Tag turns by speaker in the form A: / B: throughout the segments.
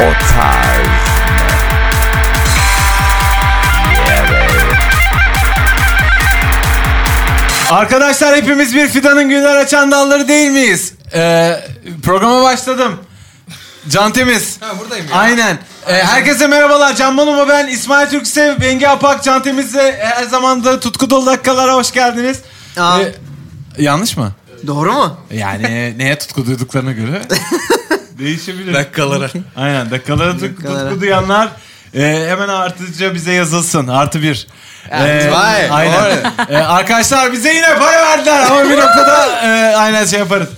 A: O tarz mı? Evet.
B: Arkadaşlar hepimiz bir fidanın güller açan dalları değil miyiz? Ee, programa başladım. Can Temiz.
C: Ha buradayım ya.
B: Aynen. Ee, herkese merhabalar. Can Bonomo ben. İsmail Türksev, Bengi Apak, Can Temiz'le her zaman da tutku dolu dakikalara hoş geldiniz.
C: Aa.
B: Ee, yanlış mı?
C: Doğru mu?
B: Yani neye tutku duyduklarına göre değişebilir.
C: Dakikalara.
B: Aynen dakikalara tut-
C: Dakikalara.
B: tutku duyanlar e, hemen artıca bize yazılsın. Artı bir. E,
C: Evet, vay,
B: aynen.
C: doğru.
B: E, arkadaşlar bize yine para verdiler ama bir noktada e, aynen şey yaparız.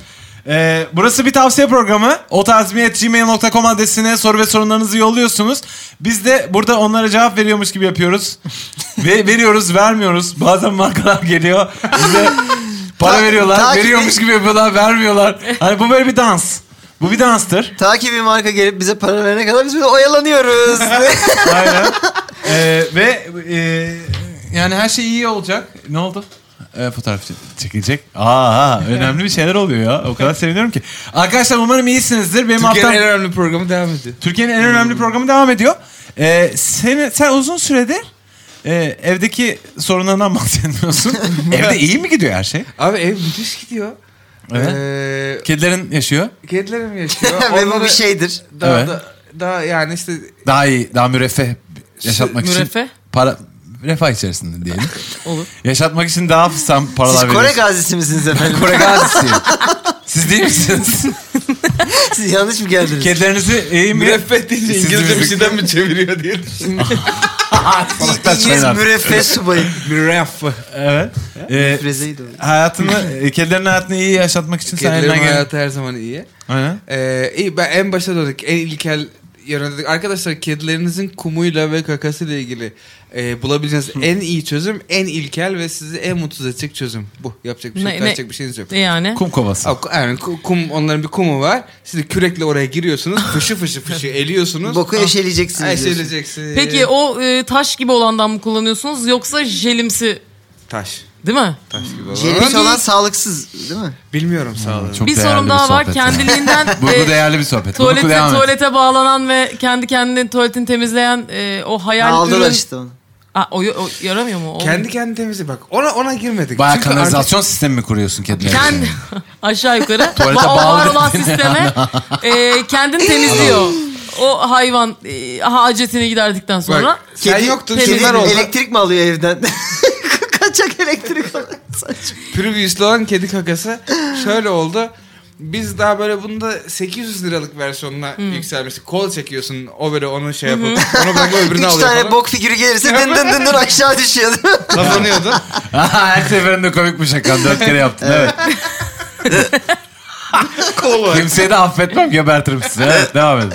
B: E, burası bir tavsiye programı. O gmail.com adresine soru ve sorunlarınızı yolluyorsunuz. Biz de burada onlara cevap veriyormuş gibi yapıyoruz. ve veriyoruz, vermiyoruz. Bazen markalar geliyor. Bize para
C: Ta-
B: veriyorlar.
C: takip-
B: veriyormuş gibi yapıyorlar, vermiyorlar. Hani bu böyle bir dans. Bu bir danstır.
C: Ta ki bir marka gelip bize para verene kadar biz böyle oyalanıyoruz.
B: Aynen. Ee, ve e, yani her şey iyi olacak. Ne oldu? Ee, fotoğraf çe- çekilecek. Aa, önemli bir şeyler oluyor ya. O kadar seviniyorum ki. Arkadaşlar umarım iyisinizdir. Benim
D: Türkiye'nin
B: haftam
D: en önemli programı devam ediyor.
B: Türkiye'nin en önemli programı devam ediyor. Ee, sen, sen uzun süredir e, evdeki sorunlarından bahsetmiyorsun. Evde iyi mi gidiyor her şey?
D: Abi ev müthiş gidiyor.
B: Evet.
D: Ee,
B: Kedilerin yaşıyor.
D: kedilerim yaşıyor.
C: Ve bu
D: Onları
C: bir şey. şeydir.
D: Daha,
B: Evet.
D: da- daha yani işte
B: Daha iyi, daha müreffeh yaşatmak
E: Müreffeh?
B: için. Para, refah içerisinde diyelim.
E: Olur.
B: Yaşatmak için daha sen paralar
C: Siz Kore
B: veriyorsun.
C: gazisi misiniz efendim?
B: Kore gazisiyim. Siz değil misiniz?
C: Siz yanlış mı geldiniz?
B: Kedilerinizi iyi mi?
D: müreffeh deyince
B: Siz
D: İngilizce bir
B: müzik-
D: şeyden mi çeviriyor diye
C: İngiliz müreffeh subayı.
D: Müreffeh.
B: Evet. Ee,
C: Müreffezeydi o.
B: hayatını, e, kedilerin hayatını iyi yaşatmak için sen
D: Kedilerin
B: elinden gelen...
D: hayatı her zaman iyi.
B: Aynen.
D: Ee, iyi ben en başa döndük. En ilkel yöne döndük. Arkadaşlar kedilerinizin kumuyla ve kakasıyla ilgili e, bulabileceğiniz en iyi çözüm, en ilkel ve sizi en mutsuz edecek çözüm. Bu. Yapacak bir şey,
E: Ne- ne-
D: yok, kaçacak bir şeyiniz yok.
E: Yani.
B: Kum kovası.
D: Abi, Yani ku- kum onların bir kumu var. Siz de kürekle oraya giriyorsunuz. Fışı fışı fışı eliyorsunuz.
C: Boku
D: Ah,
C: eşeleyeceksiniz.
D: Ay
C: diyorsun.
D: söyleyeceksin.
B: Ee,
E: Peki o e, taş gibi olandan mı kullanıyorsunuz yoksa jelimsi
D: taş.
E: değil mi?
D: Taş gibi
C: Jelibis
D: olan.
C: olan sağlıksız değil mi?
D: Bilmiyorum sağ olun.
B: Hmm. Çok
E: bir
B: değerli
E: sorum daha var.
B: sohbet.
E: Kendiliğinden
B: Bu, bu
E: e,
B: değerli bir sohbet. Bu
E: tuvalete,
B: bu devam et.
E: tuvalete bağlanan ve kendi kendini tuvaletini temizleyen e, o hayal
C: Aldılar
E: ürün...
C: işte onu.
E: Aa, o, o yaramıyor mu? O-
D: Kendi kendi temizle bak. Ona ona girmedik.
B: Bayağı
D: Çünkü
B: kanalizasyon sistemi mi kuruyorsun kediler için?
E: Kendi- aşağı yukarı
B: Tuvalete
E: va- o var
B: bağlı
E: olan
B: dediğin
E: sisteme e, kendini temizliyor. o hayvan e, hacetini giderdikten
D: artık-
E: sonra.
D: Bak, sen yoktun
E: Kedi-
C: Kedi
D: şunlar oldu.
C: elektrik mi alıyor evden? Kaçak elektrik alıyor. Saçma.
D: Previously olan kedi kakası şöyle oldu. Biz daha böyle bunda 800 liralık versiyonuna yükselmiştik. Kol çekiyorsun o böyle onu şey yapıp onu bırakıp öbürünü
C: Üç
D: alıyor
C: tane
D: falan.
C: bok figürü gelirse dın dın dın dın aşağı düşüyor.
D: Kazanıyordu.
B: Her seferinde komik bir şaka. Dört kere yaptın. Evet.
D: Kol var.
B: Kimseyi de affetmem. Gebertirim sizi. Evet devam edin.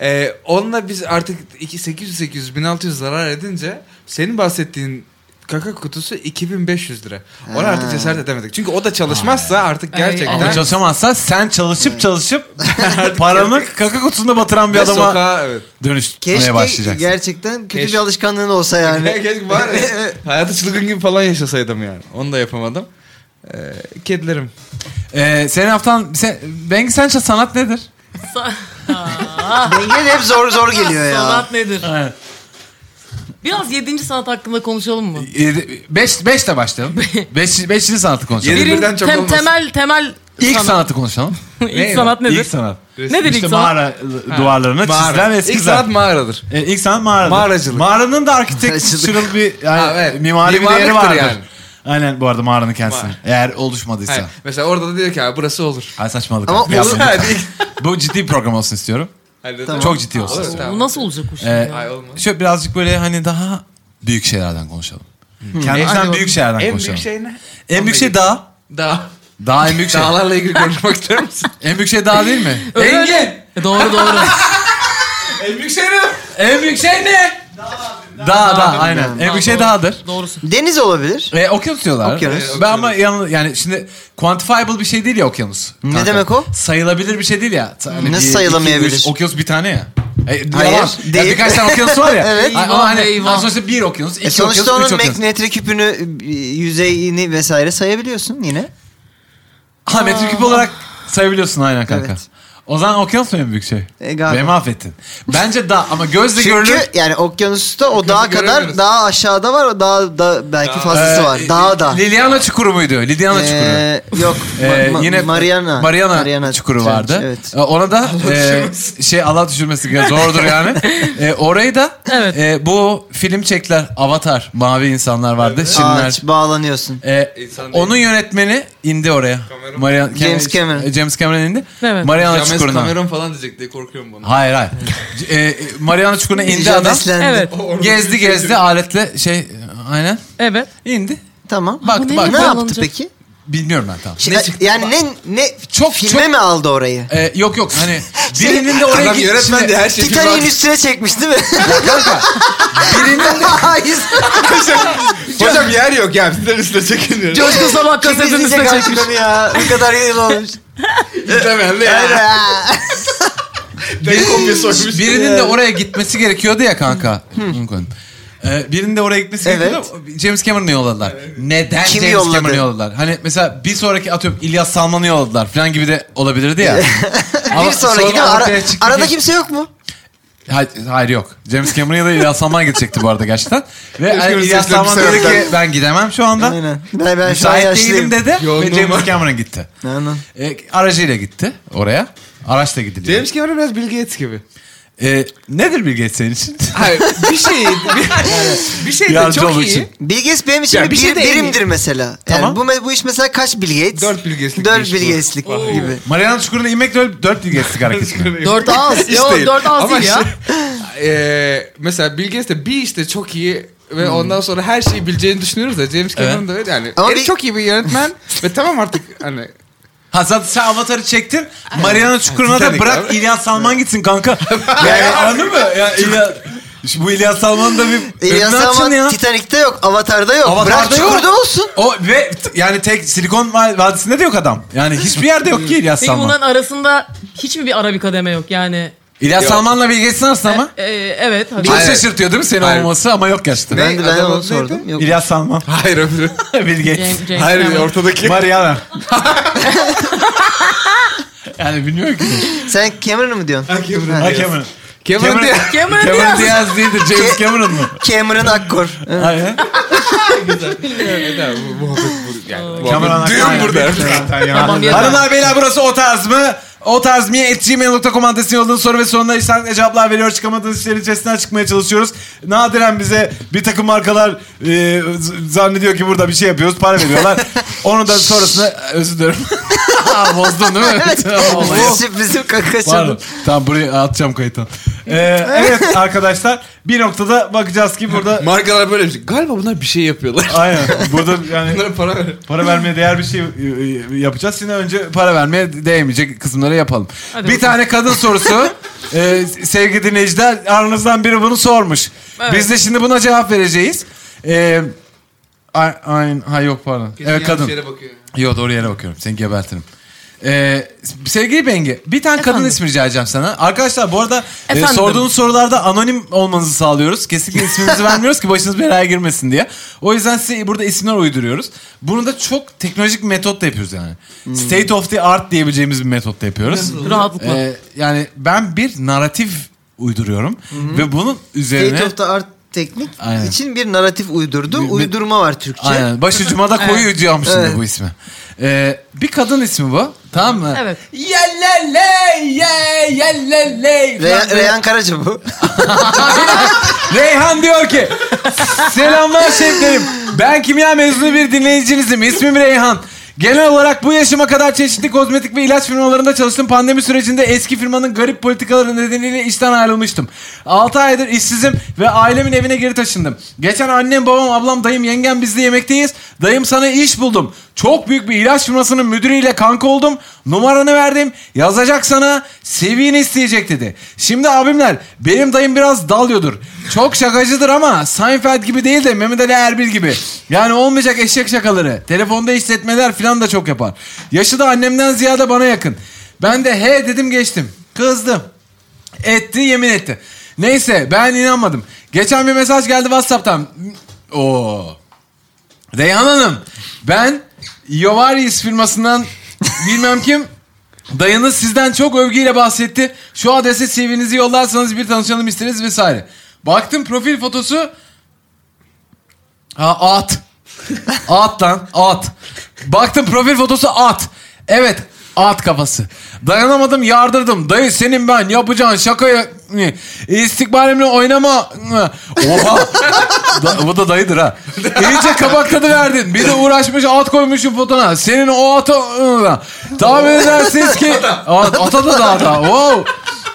D: Ee, onunla biz artık 800-800-1600 zarar edince senin bahsettiğin kaka kutusu 2500 lira. Ona artık cesaret edemedik. Çünkü o da çalışmazsa artık
E: Ay,
D: gerçekten...
B: Ama
E: Evet.
B: çalışamazsan sen çalışıp çalışıp paranı kaka kutusunda batıran bir
D: Ve
B: adama
D: sokağa evet.
B: dönüşmeye
C: Keşke
B: başlayacaksın.
C: gerçekten kötü
D: Keşke.
C: bir alışkanlığın olsa yani.
D: Keşke bari hayatı çılgın gibi falan yaşasaydım yani. Onu da yapamadım. Ee, kedilerim.
B: Ee, senin haftan... Sen, Bengi sence sanat nedir?
E: Sa-
C: Denge de hep zor zor geliyor ya.
E: Sanat nedir?
B: Evet.
E: Biraz yedinci sanat hakkında konuşalım mı?
B: 5 5 Ee, de başlayalım. 5 5. sanatı konuşalım.
D: Yedi-
E: Birin-
D: birden çok
E: tem-
D: olmasın.
E: temel temel
B: İlk
E: sanat.
B: sanatı konuşalım.
E: İlk sanat nedir?
B: İlk sanat.
E: Nedir
B: işte
E: ilk sanat?
B: mağara duvarlarına çizilen eski
D: İlk sanat mağaradır.
B: ilk sanat mağaradır.
D: Mağaracılık.
B: Mağaranın da architectural bir yani,
D: Ha, evet.
B: mimari bir
D: Mimarlıktır
B: değeri vardır.
D: yani.
B: Aynen bu arada mağaranın kendisi.
D: Var.
B: Eğer oluşmadıysa.
D: Hayır, mesela orada da diyor ki abi burası olur.
B: Ay saçmalık.
C: Ama
B: Yapma
C: olur-
B: lütfen.
D: Hadi.
B: bu ciddi bir program olsun istiyorum.
D: Hadi
C: Tamam.
B: Çok ciddi olsun
D: Olur,
B: istiyorum.
D: tamam.
E: Bu nasıl olacak bu şimdi?
B: Ee,
E: ya?
D: Ay olmaz.
B: Şöyle birazcık böyle hani daha büyük şeylerden konuşalım.
C: Hmm.
B: Kendimizden
E: Hadi
C: hani
B: büyük şeylerden
D: En
B: konuşalım.
D: büyük şey ne?
B: En büyük şey dağ.
D: Dağ.
B: Dağ en büyük şey.
D: Dağlarla ilgili konuşmak ister misin?
B: En büyük şey dağ değil mi?
E: Öyle
D: Engin!
E: öyle. E, Doğru doğru.
D: en büyük şey ne?
B: En büyük şey ne? Dağ dağ, aynen. En büyük şey dağdır.
E: Doğrusu.
C: Deniz olabilir.
B: E, okyanus diyorlar.
C: Okyanus.
B: E, Ben ama yan- yani şimdi quantifiable bir şey değil ya okyanus.
C: Ne
B: Kanka.
C: demek o?
B: Sayılabilir bir şey değil ya. Ta- hani
C: Nasıl
B: bir,
C: sayılamayabilir?
B: iki, üç, okyanus bir tane ya. E, yalan.
C: Hayır,
B: Ya
C: değil.
B: birkaç tane okyanus var ya.
C: Evet.
B: Ay, Ama hani
E: Eyvah, eyvah.
B: sonuçta bir okyanus, iki
C: E sonuçta
B: okyanus,
C: onun
B: üç okyanus.
C: metre küpünü, e, yüzeyini vesaire sayabiliyorsun yine.
B: Ha metreküp olarak sayabiliyorsun aynen kanka.
C: Evet.
B: O zaman okyanus mu en büyük şey?
C: E, galiba.
B: Beni mahvettin. Bence dağ ama gözle görülür.
C: Çünkü yani okyanusta o dağa kadar
D: göremiyoruz.
C: daha aşağıda var. Daha da belki fazlası
B: Ee,
C: var. Daha da.
B: Liliana çukuru muydu? Liliana çukuru.
C: Ee, yok.
B: Ee,
C: Ma-
B: yine
C: Ma- Mariana.
B: Mariana, çukuru
C: Trench,
B: vardı.
C: Evet.
B: Ee, Ona da e, şey Allah düşürmesi gibi doğrudur yani. Ee, orayı da
E: Evet.
B: e, bu film çekler Avatar mavi insanlar vardı. Şinler.
C: Ağaç bağlanıyorsun.
B: Ee,
D: İnsan değil.
B: onun yönetmeni indi oraya.
D: Cameron.
B: Marian-
C: James Cameron.
B: e, James Cameron indi.
E: Evet.
B: Mariana
D: James
B: Çukuru'na.
D: Cameron falan diyecek diye korkuyorum bunu.
B: Hayır hayır. C- e, Mariana Çukuru'na indi adam.
C: Jameslendi.
E: Evet.
B: Gezdi gezdi aletle şey aynen
E: evet.
B: indi.
C: Tamam.
E: bu
B: Baktı
E: ne
B: bak
E: ya?
C: ne yaptı
E: Bağlanacak.
C: peki?
B: bilmiyorum ben tam.
C: Şey, yani ne ne
B: Çok-
C: çok filme
B: çok-
C: mi aldı orayı?
B: Ee, yok yok hani birinin de oraya
D: Şey, Adam
B: git.
D: yönetmen de her şey şeyi
C: Titanic'in üstüne çekmiş değil mi?
B: Kanka,
C: Hayır.
D: Hocam yer yok ya. Sizden üstüne çekiniyor.
E: Coşkun Sabah
C: Kim
E: kasetinin
C: izleyecek
E: üstüne
C: artık
E: çekmiş.
C: onu ya. Ne kadar yıl olmuş.
D: İzlemeyenle ya.
C: Hayda.
D: Tek kopya sokmuş.
B: birinin de oraya gitmesi gerekiyordu ya kanka. Lincoln. Ee, birinin de oraya gitmesi
C: Evet.
B: gerekiyordu. James Cameron'ı yolladılar. Neden
C: Kimi
B: James
C: yolladı?
B: Cameron'ı yolladılar? Hani mesela bir sonraki atıyorum İlyas Salman'ı yolladılar falan gibi de olabilirdi ya.
C: Bir sonraki de ara,
B: ortaya çıktı
C: arada
B: ki-
C: kimse yok mu?
B: Hayır, hayır yok. James Cameron ya da İlyas Salman gidecekti bu arada gerçekten. Ve hani
D: Özgür
B: İlyas
D: sesle
B: Salman
D: bir
B: dedi
D: sebepten.
B: ki ben gidemem şu anda.
C: Aynen. Ben, ben şu an
B: Müsait değilim
C: yaşlıyım.
B: dedi ve
D: Yoğunluğum
B: James
D: var.
B: Cameron gitti.
C: Aynen.
B: E, aracıyla gitti oraya. Araçla gidiliyor.
D: James Cameron biraz Bill Gates gibi.
B: E, nedir Bill Gates senin için?
D: Hayır bir şey bir, bir şey de
B: Yardımcı
D: çok
B: olmak
D: iyi.
B: için.
C: Bilgeys benim için
D: Ya
C: bir,
D: bir şey de en
C: birimdir mesela. Yani
B: Tamam.
C: bu, me- bu iş mesela kaç Bill Gates?
D: Dört Bill Gates'lik bir
C: Dört
D: iş bu.
C: Bill Gates'lik gibi.
B: Mariana Çukuru'na inmek dört, dört Bill Gates'lik hareketi. mi?
E: Dört ağız.
D: İş
E: Yo,
D: değil.
E: dört ağız
D: Ama
E: değil ya.
D: şey, eee, mesela Bill Gates de bir işte çok iyi ve ondan sonra her şeyi bileceğini düşünüyoruz da James Cameron
B: Hmm. Evet.
D: da öyle yani.
C: Ama
D: Herif
C: bir-
D: çok iyi bir yönetmen ve tamam artık hani
B: ha sen, sen Avatar'ı çektin. Mariana Çukuru'na da
D: Titanic
B: bırak
D: abi.
B: İlyas Salman gitsin kanka. yani anladın mı? Ya, İlyas, Şu bu İlyas Salman da bir
C: İlyas
B: önünü açın ya.
C: Salman e, Titanic'te yok, Avatar'da yok.
B: Avatar'da
C: Bırak
B: yok.
C: Çukur'da olsun.
B: O ve t- yani tek Silikon Va- Vadisi'nde de yok adam. Yani hiçbir yerde yok ki İlyas
E: Peki
B: Salman.
E: bunların arasında hiç mi bir ara bir kademe yok yani?
B: İlyas Salman'la Bill Gates'in arasında ama.
E: E, e, evet.
B: Çok
E: hakikaten.
D: Hayır.
B: şaşırtıyor değil mi seni
D: Hayır.
B: olması ama yok gerçekten.
D: Ne?
C: Ben de ben
D: Adamın
C: onu
D: neydi?
C: sordum. Yok.
B: İlyas Salman.
D: hayır öbürü.
B: Bill Gates.
E: James- James
D: hayır
E: Cameron.
D: ortadaki.
B: Mariana. yani bilmiyorum ki.
C: Sen Cameron'ı mı diyorsun?
D: Ha, Cameron.
C: Ha.
B: Ha Cameron.
D: Cameron diye.
E: Cameron
B: Cameron
E: Diaz.
B: Diaz değildir. James Cameron mu?
C: Cameron Akkor.
B: Hayır.
D: Evet, bu muhabbet bu yani. muhabbet-
B: Cameron
D: Düğün
B: Akar.
D: burada.
E: Tamam yeter.
B: Hanımlar beyler burası o tarz mı? O tarz mi? gmail.com adresine yolladığın soru ve sorunlara işaretle cevaplar veriyor. Çıkamadığınız şeylerin içerisinden çıkmaya çalışıyoruz. Nadiren bize bir takım markalar e, z- zannediyor ki burada bir şey yapıyoruz. Para veriyorlar. Onu da sonrasında e, özür dilerim. Aa, Bozdun değil mi?
C: Evet.
B: Tamam, olayı.
C: Bu sürprizim
B: Pardon.
C: kakaçım.
B: Tamam buraya atacağım kayıttan. Ee, evet arkadaşlar bir noktada bakacağız ki burada
D: Markalar böyle bir şey. Galiba bunlar bir şey yapıyorlar.
B: aynen burada yani
D: Bunlara para ver.
B: Para vermeye değer bir şey e, e, yapacağız. Şimdi önce para vermeye değmeyecek kısımları yapalım.
E: Hadi
B: bir
E: bakalım.
B: tane kadın sorusu. e, sevgili dinleyiciler aranızdan biri bunu sormuş.
E: Evet.
B: Biz de şimdi buna cevap vereceğiz. E, ay- Aynen. Ha yok pardon. evet kadın. Yok doğru yere bakıyorum. Seni gebertirim. Ee, sevgili Bengi, bir tane kadın
E: Efendim?
B: ismi rica edeceğim sana. Arkadaşlar bu arada e,
E: Efendim?
B: sorduğunuz sorularda anonim olmanızı sağlıyoruz. Kesinlikle isminizi vermiyoruz ki başınız belaya girmesin diye. O yüzden size burada isimler uyduruyoruz. Bunu da çok teknolojik bir metotla yapıyoruz yani.
E: Hmm.
B: State of the art diyebileceğimiz bir metotla yapıyoruz.
E: Rahatlıkla.
B: Ee, yani ben bir naratif uyduruyorum ve bunun üzerine...
C: State of the Art teknik
B: Aynen.
C: için bir naratif uydurdu.
B: Bir- bir-
C: Uydurma var Türkçe.
B: Aynen. Başucuma da koyu ödüyorum şimdi
C: Evet.
B: bu ismi. Ee, bir kadın ismi bu. Tamam mı?
E: Evet.
B: Yelleley, ye, yelleley.
C: Reyhan,
B: falan.
C: Reyhan Karaca bu.
B: Reyhan diyor ki Selamlar şeflerim. Ben kimya mezunu bir dinleyicinizim. İsmim Reyhan. Genel olarak bu yaşıma kadar çeşitli kozmetik ve ilaç firmalarında çalıştım. Pandemi sürecinde eski firmanın garip politikaları nedeniyle işten ayrılmıştım. 6 aydır işsizim ve ailemin evine geri taşındım. Geçen annem, babam, ablam, dayım, yengem bizde yemekteyiz. Dayım sana iş buldum. Çok büyük bir ilaç firmasının müdürüyle kanka oldum. Numaranı verdim. Yazacak sana. CV'ni isteyecek dedi. Şimdi abimler benim dayım biraz dalıyordur. Çok şakacıdır ama Seinfeld gibi değil de Mehmet Ali Erbil gibi. Yani olmayacak eşek şakaları. Telefonda işletmeler falan da çok yapar. Yaşı da annemden ziyade bana yakın. Ben de he dedim geçtim. Kızdım. Etti yemin etti. Neyse ben inanmadım. Geçen bir mesaj geldi Whatsapp'tan. Oo. Reyhan Hanım ben Yovaris firmasından bilmem kim Dayınız sizden çok övgüyle bahsetti. Şu adrese CV'nizi yollarsanız bir tanışalım isteriz vesaire. Baktım profil fotosu... Ha at. At lan at. Baktım profil fotosu at. Evet at kafası. Dayanamadım yardırdım. Dayı senin ben yapacağın şakaya istikbalimle oynama. Oha. Da- bu da dayıdır ha. İyice kabak tadı verdin. Bir de uğraşmış at koymuşsun fotona. Senin o ata... Tahmin edersiniz ki... At, ata da daha da. Wow.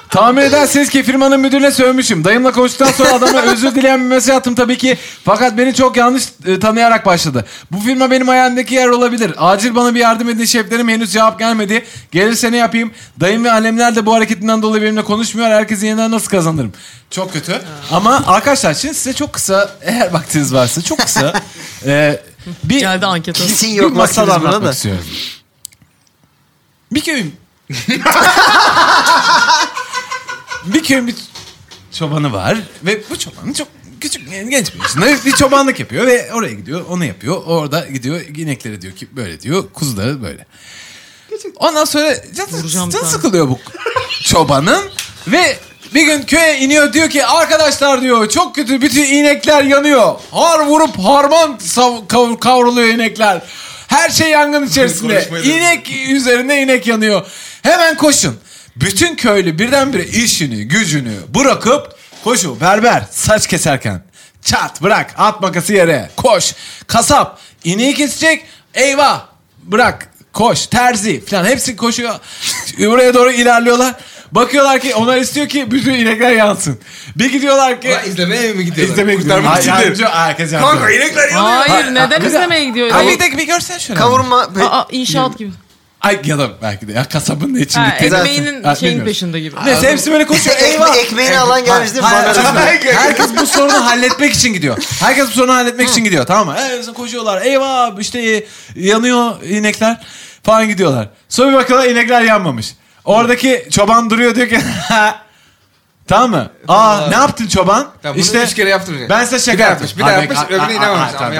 B: Tahmin edersiniz ki firmanın müdürüne sövmüşüm. Dayımla konuştuktan sonra adama özür dileyen bir mesaj attım tabii ki. Fakat beni çok yanlış e, tanıyarak başladı. Bu firma benim hayalimdeki yer olabilir. Acil bana bir yardım edin şeflerim henüz cevap gelmedi. Gelirse ne yapayım? Dayım ve annemler de bu hareketimden dolayı benimle konuşmuyor. Herkesi yeniden nasıl kazanırım? Çok kötü. Ama arkadaşlar şimdi size çok kısa eğer vaktiniz varsa çok kısa e, bir,
E: Geldi anket olsun.
C: Kesin
B: bir
C: yok
B: masal
C: vaktimiz buna
B: anlatmak
C: da.
B: istiyorum. Bir köyün bir köyün bir çobanı var ve bu çoban çok küçük genç bir yaşında bir çobanlık yapıyor ve oraya gidiyor onu yapıyor orada gidiyor ineklere diyor ki böyle diyor kuzuları böyle. Ondan sonra
E: Vuracağım
B: canı,
E: sana.
B: canı sıkılıyor bu çobanın ve bir gün köye iniyor diyor ki arkadaşlar diyor çok kötü bütün inekler yanıyor. Har vurup harman sav- kav- kavruluyor inekler. Her şey yangın içerisinde.
D: Konuşmayı da-
B: İnek üzerine inek yanıyor. Hemen koşun. Bütün köylü birdenbire işini gücünü bırakıp koşu berber saç keserken çat bırak at makası yere koş kasap ineği kesecek eyvah bırak koş terzi falan hepsi koşuyor buraya doğru ilerliyorlar bakıyorlar ki onlar istiyor ki bütün inekler yansın bir gidiyorlar ki
D: Ulan izlemeye mi gidiyorlar?
B: izlemeye gidiyorlar
D: Kurtarmak
B: Ay,
D: için değil.
B: yardımcı- herkes yardımcı.
D: Kanka inekler yanıyor.
E: Hayır neden
B: Ha,
E: izlemeye gidiyor?
B: Ha, bir dakika bir görsen şöyle.
C: Kavurma.
E: Aa inşaat gibi.
B: Ay ya da belki de ya kasabın da içinde.
E: Ha, ekmeğinin
B: Ha,
E: şeyin
B: bilmiyorum.
E: peşinde gibi.
B: Neyse hepsi böyle koşuyor. Eyvah.
C: Ekme, ekmeğini alan gelmiş değil mi?
B: Hayır,
C: Bana
B: tamam.
C: da-
B: Herkes bu sorunu halletmek için gidiyor. Herkes bu sorunu halletmek için gidiyor tamam mı? Herkes koşuyorlar. Eyvah işte e, yanıyor inekler falan gidiyorlar. Sonra bir bakıyorlar inekler yanmamış. Oradaki çoban duruyor diyor ki Tamam mı? Aa ne yaptın çoban?
D: Tamam, bunu üç kere yaptırmayacak.
B: Ben size şaka
D: Bir daha yapmış,
B: yaptım.
D: bir daha yapmış,
B: Aa,
D: öbürüne
B: aa,
D: inanmamış
B: aa,
D: ama
B: tamam,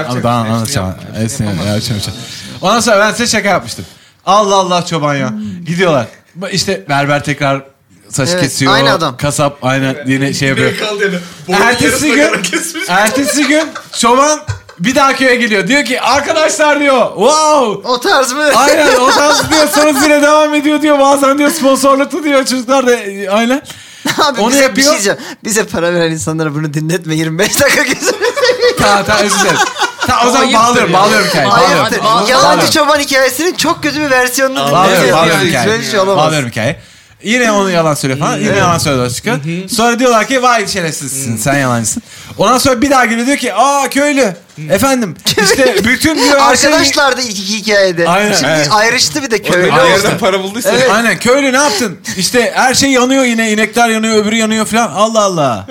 D: yapacak. şey
B: Tamam anlatacağım.
D: Hepsini yapmamış.
B: Hepsini yapacağım. şey. Ondan sonra ben size şaka yapmıştım. Allah Allah çoban ya. Gidiyorlar. Bu İşte berber tekrar saç
C: Hmm. Evet,
B: kesiyor.
C: aynı adam.
B: Kasap aynen yine şey yapıyor.
D: kaldı yani.
B: Ertesi gün, ertesi gün çoban bir daha köye geliyor. Diyor ki arkadaşlar diyor. Wow.
C: O tarz mı?
B: Aynen o tarz diyor. Sonrası yine devam ediyor diyor. Bazen diyor sponsorluklu diyor. Çocuklar da e, aynen.
C: Abi
B: Onu
C: bize bir
B: yapıyor.
C: şey diyeceğim. Bize para veren insanlara bunu dinletme 25 dakika geçsin.
B: Tamam tamam özür dilerim. Tamam o zaman
E: Ayıptır
B: bağlıyorum.
E: ya.
B: Bağlıyorum hikayeyi.
E: Ayıptır.
B: Bağlıyorum.
C: Hayatı.
E: Bağlı-
B: bağlı.
C: Yalancı çoban hikayesinin çok kötü bir versiyonunu
B: Bağlıyorum,
C: dinletme.
B: bağlıyorum
D: yani,
B: hikayeyi.
C: Böyle bir şey olamaz.
B: Bağlıyorum hikayeyi. Yine onu yalan söylüyor falan. Yine yalan söylüyor çıkıyor. Sonra diyorlar ki vay şerefsizsin sen yalancısın. Ondan sonra bir daha geliyor diyor ki aa köylü. Efendim işte bütün diyor her şey-
C: Arkadaşlar da iki hikayede.
B: Aynen,
C: Şimdi
B: evet.
C: ayrıştı bir de köylü
D: Bir
C: oldu.
D: yerden para bulduysa.
B: Aynen köylü ne yaptın? İşte her şey yanıyor yine inekler yanıyor öbürü yanıyor falan. Allah Allah.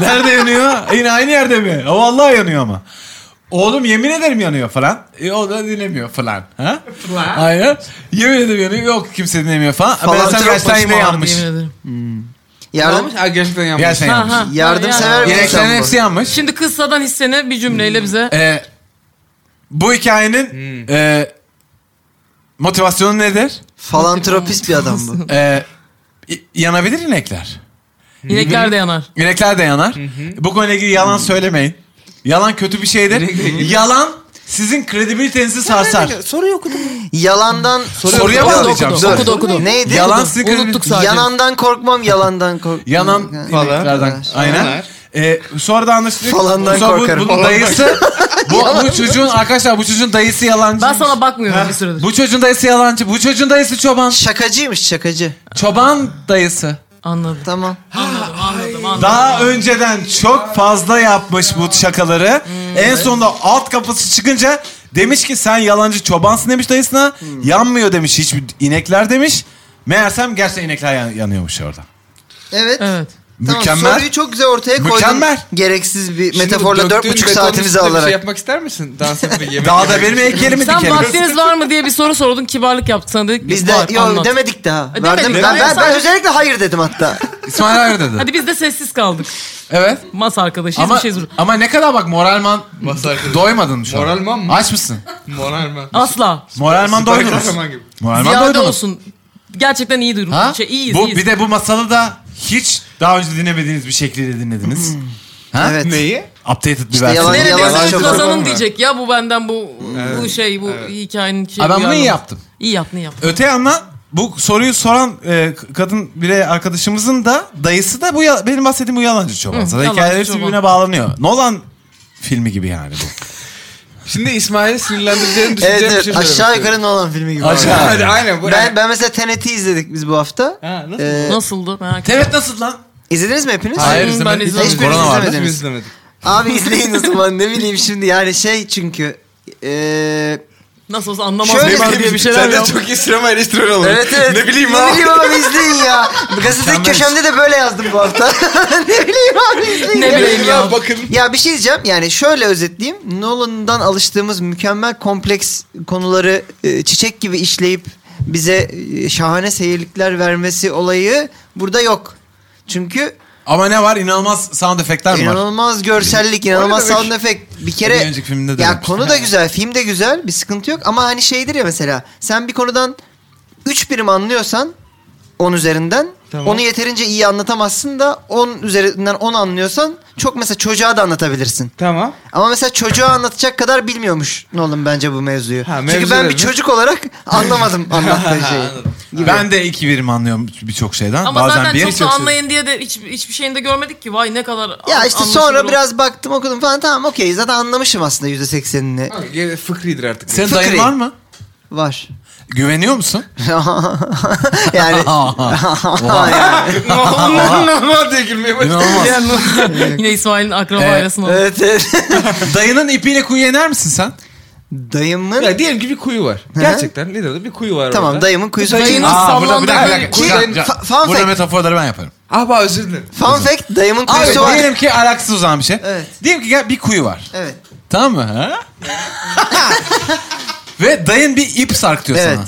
B: Nerede yanıyor? Yine aynı yerde mi? O vallahi yanıyor ama. Oğlum yemin ederim yanıyor falan. E, o da dinlemiyor falan. Ha? Aynen. Yemin ederim yanıyor. Yok kimse dinlemiyor falan.
C: Falan
B: Falan ben
C: çok
B: gerçekten
C: başıma
B: yine yanmış.
E: Yemin ederim.
C: Yardım,
D: Yanlış. Ha gerçekten yanlış.
B: Gerçekten yanmış.
E: Ha, ha.
C: yardımsever
E: Yani-
C: bir insan
B: İneklerin
C: bu.
B: hepsi yanmış.
E: Şimdi kıssadan hissene bir cümleyle bize.
B: Ee, bu hikayenin e, motivasyonu nedir?
C: Falantropist bir adam bu.
B: E, y- yanabilir inekler.
E: İnekler de yanar.
B: İnekler de yanar. Bu konuyla ilgili yalan söylemeyin. Yalan kötü bir şeydir. yalan sizin kredibilitenizi sarsar.
C: Yalandan
B: Soruya
C: Okudu,
B: bağlayacağım.
C: okudu,
B: Soruyu.
E: Okudu okudu.
C: Neydi?
B: Yalan sizin
E: Unuttuk
B: kredibilitenizi...
E: sadece.
C: Yanandan korkmam, yalandan korkmam.
B: Yanan ineklerden. Aynen. Ee, sonra da anlaşılıyor. ki-
C: Falandan
B: sonra bu-
C: korkarım.
B: Bunun dayısı... bu, bu çocuğun arkadaşlar bu çocuğun dayısı yalancı.
E: Ben sana bakmıyorum bir süredir.
B: Bu çocuğun dayısı yalancı. Bu çocuğun dayısı çoban.
C: Şakacıymış şakacı.
B: Çoban dayısı.
E: Anladım.
C: Tamam.
E: Anladım anladım anladım.
B: Daha önceden çok fazla yapmış bu şakaları.
E: Hmm.
B: en sonunda alt kafası çıkınca demiş ki sen yalancı çobansın demiş dayısına.
E: Hmm.
B: Yanmıyor demiş hiçbir inekler demiş. Meğersem gerçekten inekler yan- yanıyormuş orada.
C: Evet.
E: Evet.
C: Tamam,
B: Mükemmel.
C: Soruyu çok güzel ortaya koydun.
B: Mükemmel.
C: Gereksiz bir
D: Şimdi
C: metaforla dört
D: döktüğün
C: buçuk
D: betonun
C: saatimizi
D: üstünde Bir şey
C: alarak.
D: yapmak ister misin? Dans etmek, yemek
B: Daha da
D: yemek.
B: benim heykelimi
E: Sen
B: dikerim.
E: vaktiniz var mı diye bir soru sordun. Kibarlık yaptı sana dedik.
C: Biz de
E: var,
C: yo,
E: anlat.
C: demedik daha.
E: E,
C: Verdim.
E: demedik.
C: Ben, ben,
E: Hayır,
C: ben
E: sadece-
C: özellikle hayır dedim hatta.
B: İsmail Ayrı dedi.
E: Hadi biz de sessiz kaldık.
B: Evet.
E: Mas arkadaşı
B: Ama,
E: hiçbir şey zor.
B: ama ne kadar bak moralman
D: Masa arkadaşı.
B: doymadın şu an.
D: Moralman mı?
B: Aç mısın?
D: Moral mi?
E: Asla.
B: Moralman
D: Süper
B: doydun.
D: kahraman gibi.
B: Moralman
E: Ziyade
B: doydun.
E: olsun. Gerçekten iyi durum.
F: Ha?
E: Şey, iyiyiz,
B: Bu,
E: iyiyiz.
B: bir de bu masalı da hiç daha önce dinlemediğiniz bir şekilde
E: Hmm.
B: dinlediniz. Ha?
C: Evet.
D: Neyi?
B: Updated bir
C: İşte
B: versiyon.
C: yalan-
E: Neredeyse
C: Yavaş
E: kazanın
C: yapalım
E: kazanın
D: mı?
E: diyecek ya bu benden bu bu şey bu hikayenin şey.
F: Ha, ben bunu iyi
E: uyarlaması.
F: yaptım.
E: İyi yaptın iyi yaptın.
B: Öte yandan bu soruyu soran e, k- kadın birey arkadaşımızın da dayısı da bu ya- benim bahsettiğim bu yalancı çoban.
E: Hı,
B: Zaten
E: yalancı
B: hikayeler hepsi
E: çoban.
B: birbirine bağlanıyor. Nolan filmi gibi yani bu.
D: Şimdi İsmail'i sinirlendireceğini
C: Evet,
D: düşüneceğim bir şey
C: evet. aşağı
D: söylemek
C: yukarı Nolan filmi gibi.
B: Aşağı-
C: Aynen.
D: istiyorum. Hadi aynen. Bu,
C: Ben, ben mesela TNT izledik biz bu hafta.
D: Ha, nasıl?
C: Ee,
E: Nasıldı merak ettim.
B: Evet nasıl lan?
C: izlediniz mi hepiniz?
E: ben
B: izlemedik.
E: izlemedim.
B: Hiç Korona vardı.
C: izlemedim.
D: Hiçbir izlemedik.
C: Abi izleyin o zaman ne bileyim şimdi yani şey çünkü. Ee,
E: Nasıl olsa anlamaz.
C: Şöyle
E: mıyım
C: bir-
E: diye bir şeyler
D: Sen de
E: yap.
D: çok iyi sinema eleştiriyor olalım.
C: evet evet.
D: Ne bileyim
C: Ne
D: ha.
C: bileyim abi izleyin ya. Gazete köşemde de böyle yazdım bu hafta. ne bileyim abi izleyin.
E: Ne
C: ya.
E: bileyim ya.
D: Bakın.
C: Ya bir şey diyeceğim yani şöyle özetleyeyim. Nolan'dan alıştığımız mükemmel kompleks konuları e, çiçek gibi işleyip bize e, şahane seyirlikler vermesi olayı burada yok. Çünkü
B: Ama ne var? İnanılmaz sound efektler mi var?
C: inanılmaz görsellik, inanılmaz
D: Öyle demek.
C: sound effect. Bir
B: Bir
C: kere
B: önceki filmde de
C: ya
B: yapmıştım.
C: konu da güzel, film de güzel, bir sıkıntı yok ama hani şeydir ya mesela sen bir konudan 3 birim anlıyorsan 10 üzerinden
D: Tamam.
C: onu yeterince iyi anlatamazsın da 10 üzerinden 10 anlıyorsan çok mesela çocuğa da anlatabilirsin.
D: Tamam.
C: Ama mesela çocuğa anlatacak kadar bilmiyormuş Nolan bence bu mevzuyu.
D: Ha,
C: Çünkü
D: mevzu
C: ben
D: ne
C: bir
D: mi?
C: çocuk olarak anlamadım anlattığı şeyi.
B: Ben de iki birim anlıyorum birçok şeyden.
E: Ama
B: Bazen
E: zaten
B: bir şey-
E: çok da anlayın diye de hiç, hiçbir şeyini de görmedik ki. Vay ne kadar
C: Ya
E: an-
C: işte
E: anlaşılır
C: sonra
E: ol-
C: biraz baktım okudum falan tamam okey zaten anlamışım aslında %80'ini.
D: Abi, Fıkridir artık.
B: Senin
C: Fıkri.
B: dayın var mı?
C: Var.
B: Güveniyor musun?
C: yani
D: Ne diye gülmeye başladı.
B: İnanılmaz.
D: Ya, no-
E: Yine İsmail'in akraba
B: Ee,
E: ailesine.
C: evet evet.
B: Dayının ipiyle kuyuya iner misin sen?
C: Dayımın
D: Ya diyelim ki bir kuyu var. Gerçekten Lider'da bir kuyu var
C: tamam
D: orada.
C: dayımın kuyusu.
E: Dayının
B: burada bir dakika. bir
E: sallandığı
B: dakika.
C: Ki-
B: Can, Can,
C: fa- fun
B: Burada
C: fact.
B: metaforları ben yaparım.
D: Ah bah özür dilerim.
C: Fun fact dayımın
B: Abi
C: kuyusu var.
B: diyelim ki alakasız uzan bir şey.
C: Evet.
B: Diyelim ki gel bir kuyu var.
C: Evet.
B: Tamam mı? Ha? Ve dayın bir ip sarkıtıyor
C: Evet.
B: sana.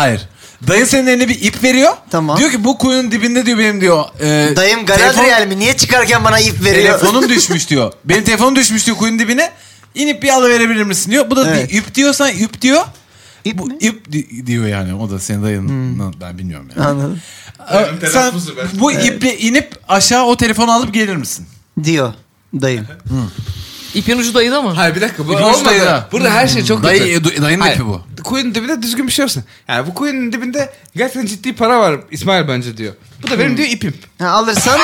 B: Hayır. Dayın senin eline bir ip veriyor.
C: Tamam.
B: Diyor ki bu kuyunun dibinde diyor benim diyor. e,
C: Dayım
B: telefon-
C: Galadriel mi? Niye çıkarken bana ip veriyor?
B: Telefonum düşmüş diyor. Benim telefonum düşmüş diyor kuyunun dibine. İnip bir alıverebilir misin diyor. Bu da
C: Evet.
B: bir ip diyorsan ip diyor.
C: İp
B: bu
C: mi? Hmm.
B: ip di- diyor yani. O da senin dayının. Ben bilmiyorum yani.
C: Anladım.
B: Ee,
D: Benim
B: Sen
D: telaffuzu ben.
B: bu iple inip aşağı o telefonu alıp gelir misin?
C: Diyor dayım.
E: İpin ucu dayıda mı?
D: Hayır bir dakika bu
B: Bir konuşma ya.
D: olmadı. Burada her şey çok
B: Dayı-
D: kötü.
B: e, dayının
D: Hayır,
B: ipi bu.
D: Kuyunun dibinde düzgün bir şey olsun. Yani bu kuyunun dibinde gerçekten ciddi para var İsmail bence diyor. Bu da benim diyor ipim.
C: Ha, alırsan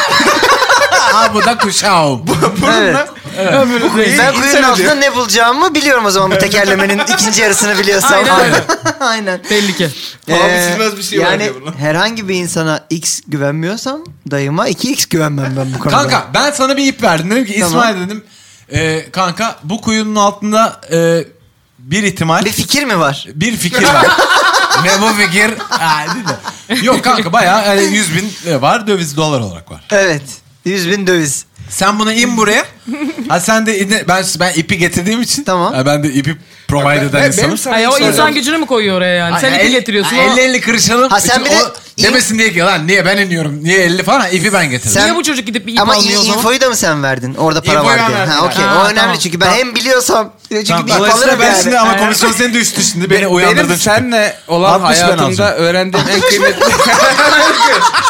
B: Aa bu da kuşağım.
C: evet.
D: Bu kuyu
C: Ben kuyunun
D: insana diyor.
C: altında ne bulacağımı biliyorum o zaman bu tekerlemenin ikinci yarısını biliyorsam.
E: Aynen öyle.
C: Aynen. Ee,
E: Belli ki.
D: Paha biçilmez bir şey var
C: yani
D: diyor buna.
C: herhangi bir insana x güvenmiyorsam dayıma 2x güvenmem ben bu konuda.
B: kanka ben sana bir ip verdim. Dedim ki
C: Tamam.
B: İsmail dedim. e, kanka bu kuyunun altında e, bir ihtimal
C: Bir fikir mi var?
B: bir fikir var. Ve bu fikir Ha, değil de. Yok kanka bayağı hani 100 bin e, var döviz dolar olarak var.
C: Evet. 100 bin döviz.
B: Sen bunu in buraya. Ha sen de in- ben ben ipi getirdiğim için.
C: Tamam.
B: Ha, ben de ipi provide
D: Ben-
B: eden
D: benim
B: insanım.
D: sana
E: Hayır, o
D: bir soru-
E: insan gücünü mü koyuyor oraya yani? Sen
B: Ay,
E: ipi
B: el-
E: getiriyorsun.
B: ay,
E: ama
B: elli elli kırışalım.
C: Ha, sen
B: Çünkü
C: bir de
B: o
C: in-
B: demesin diye ki lan niye ben iniyorum niye elli falan Ha, ipi ben getirdim.
C: Sen-
E: Niye bu çocuk gidip ip
C: Ama in-
E: almıyor o zaman?
C: infoyu da mı sen verdin? Orada para
B: İnfoyu
C: var
B: ben
C: diye.
B: verdim.
C: Ha okey.
E: Ha,
C: O önemli
E: tamam.
C: çünkü ben hem biliyorsam çünkü
B: Tamam,
C: bir ip
B: dolayısıyla
C: alırım
B: ben
C: yani.
B: şimdi ama komisyon seni düştü şimdi beni uyandırdın.
D: Benim
B: çünkü.
D: senle olan
B: 60 ben
D: hayatımda
B: alacağım.
D: öğrendiğim en kıymetli...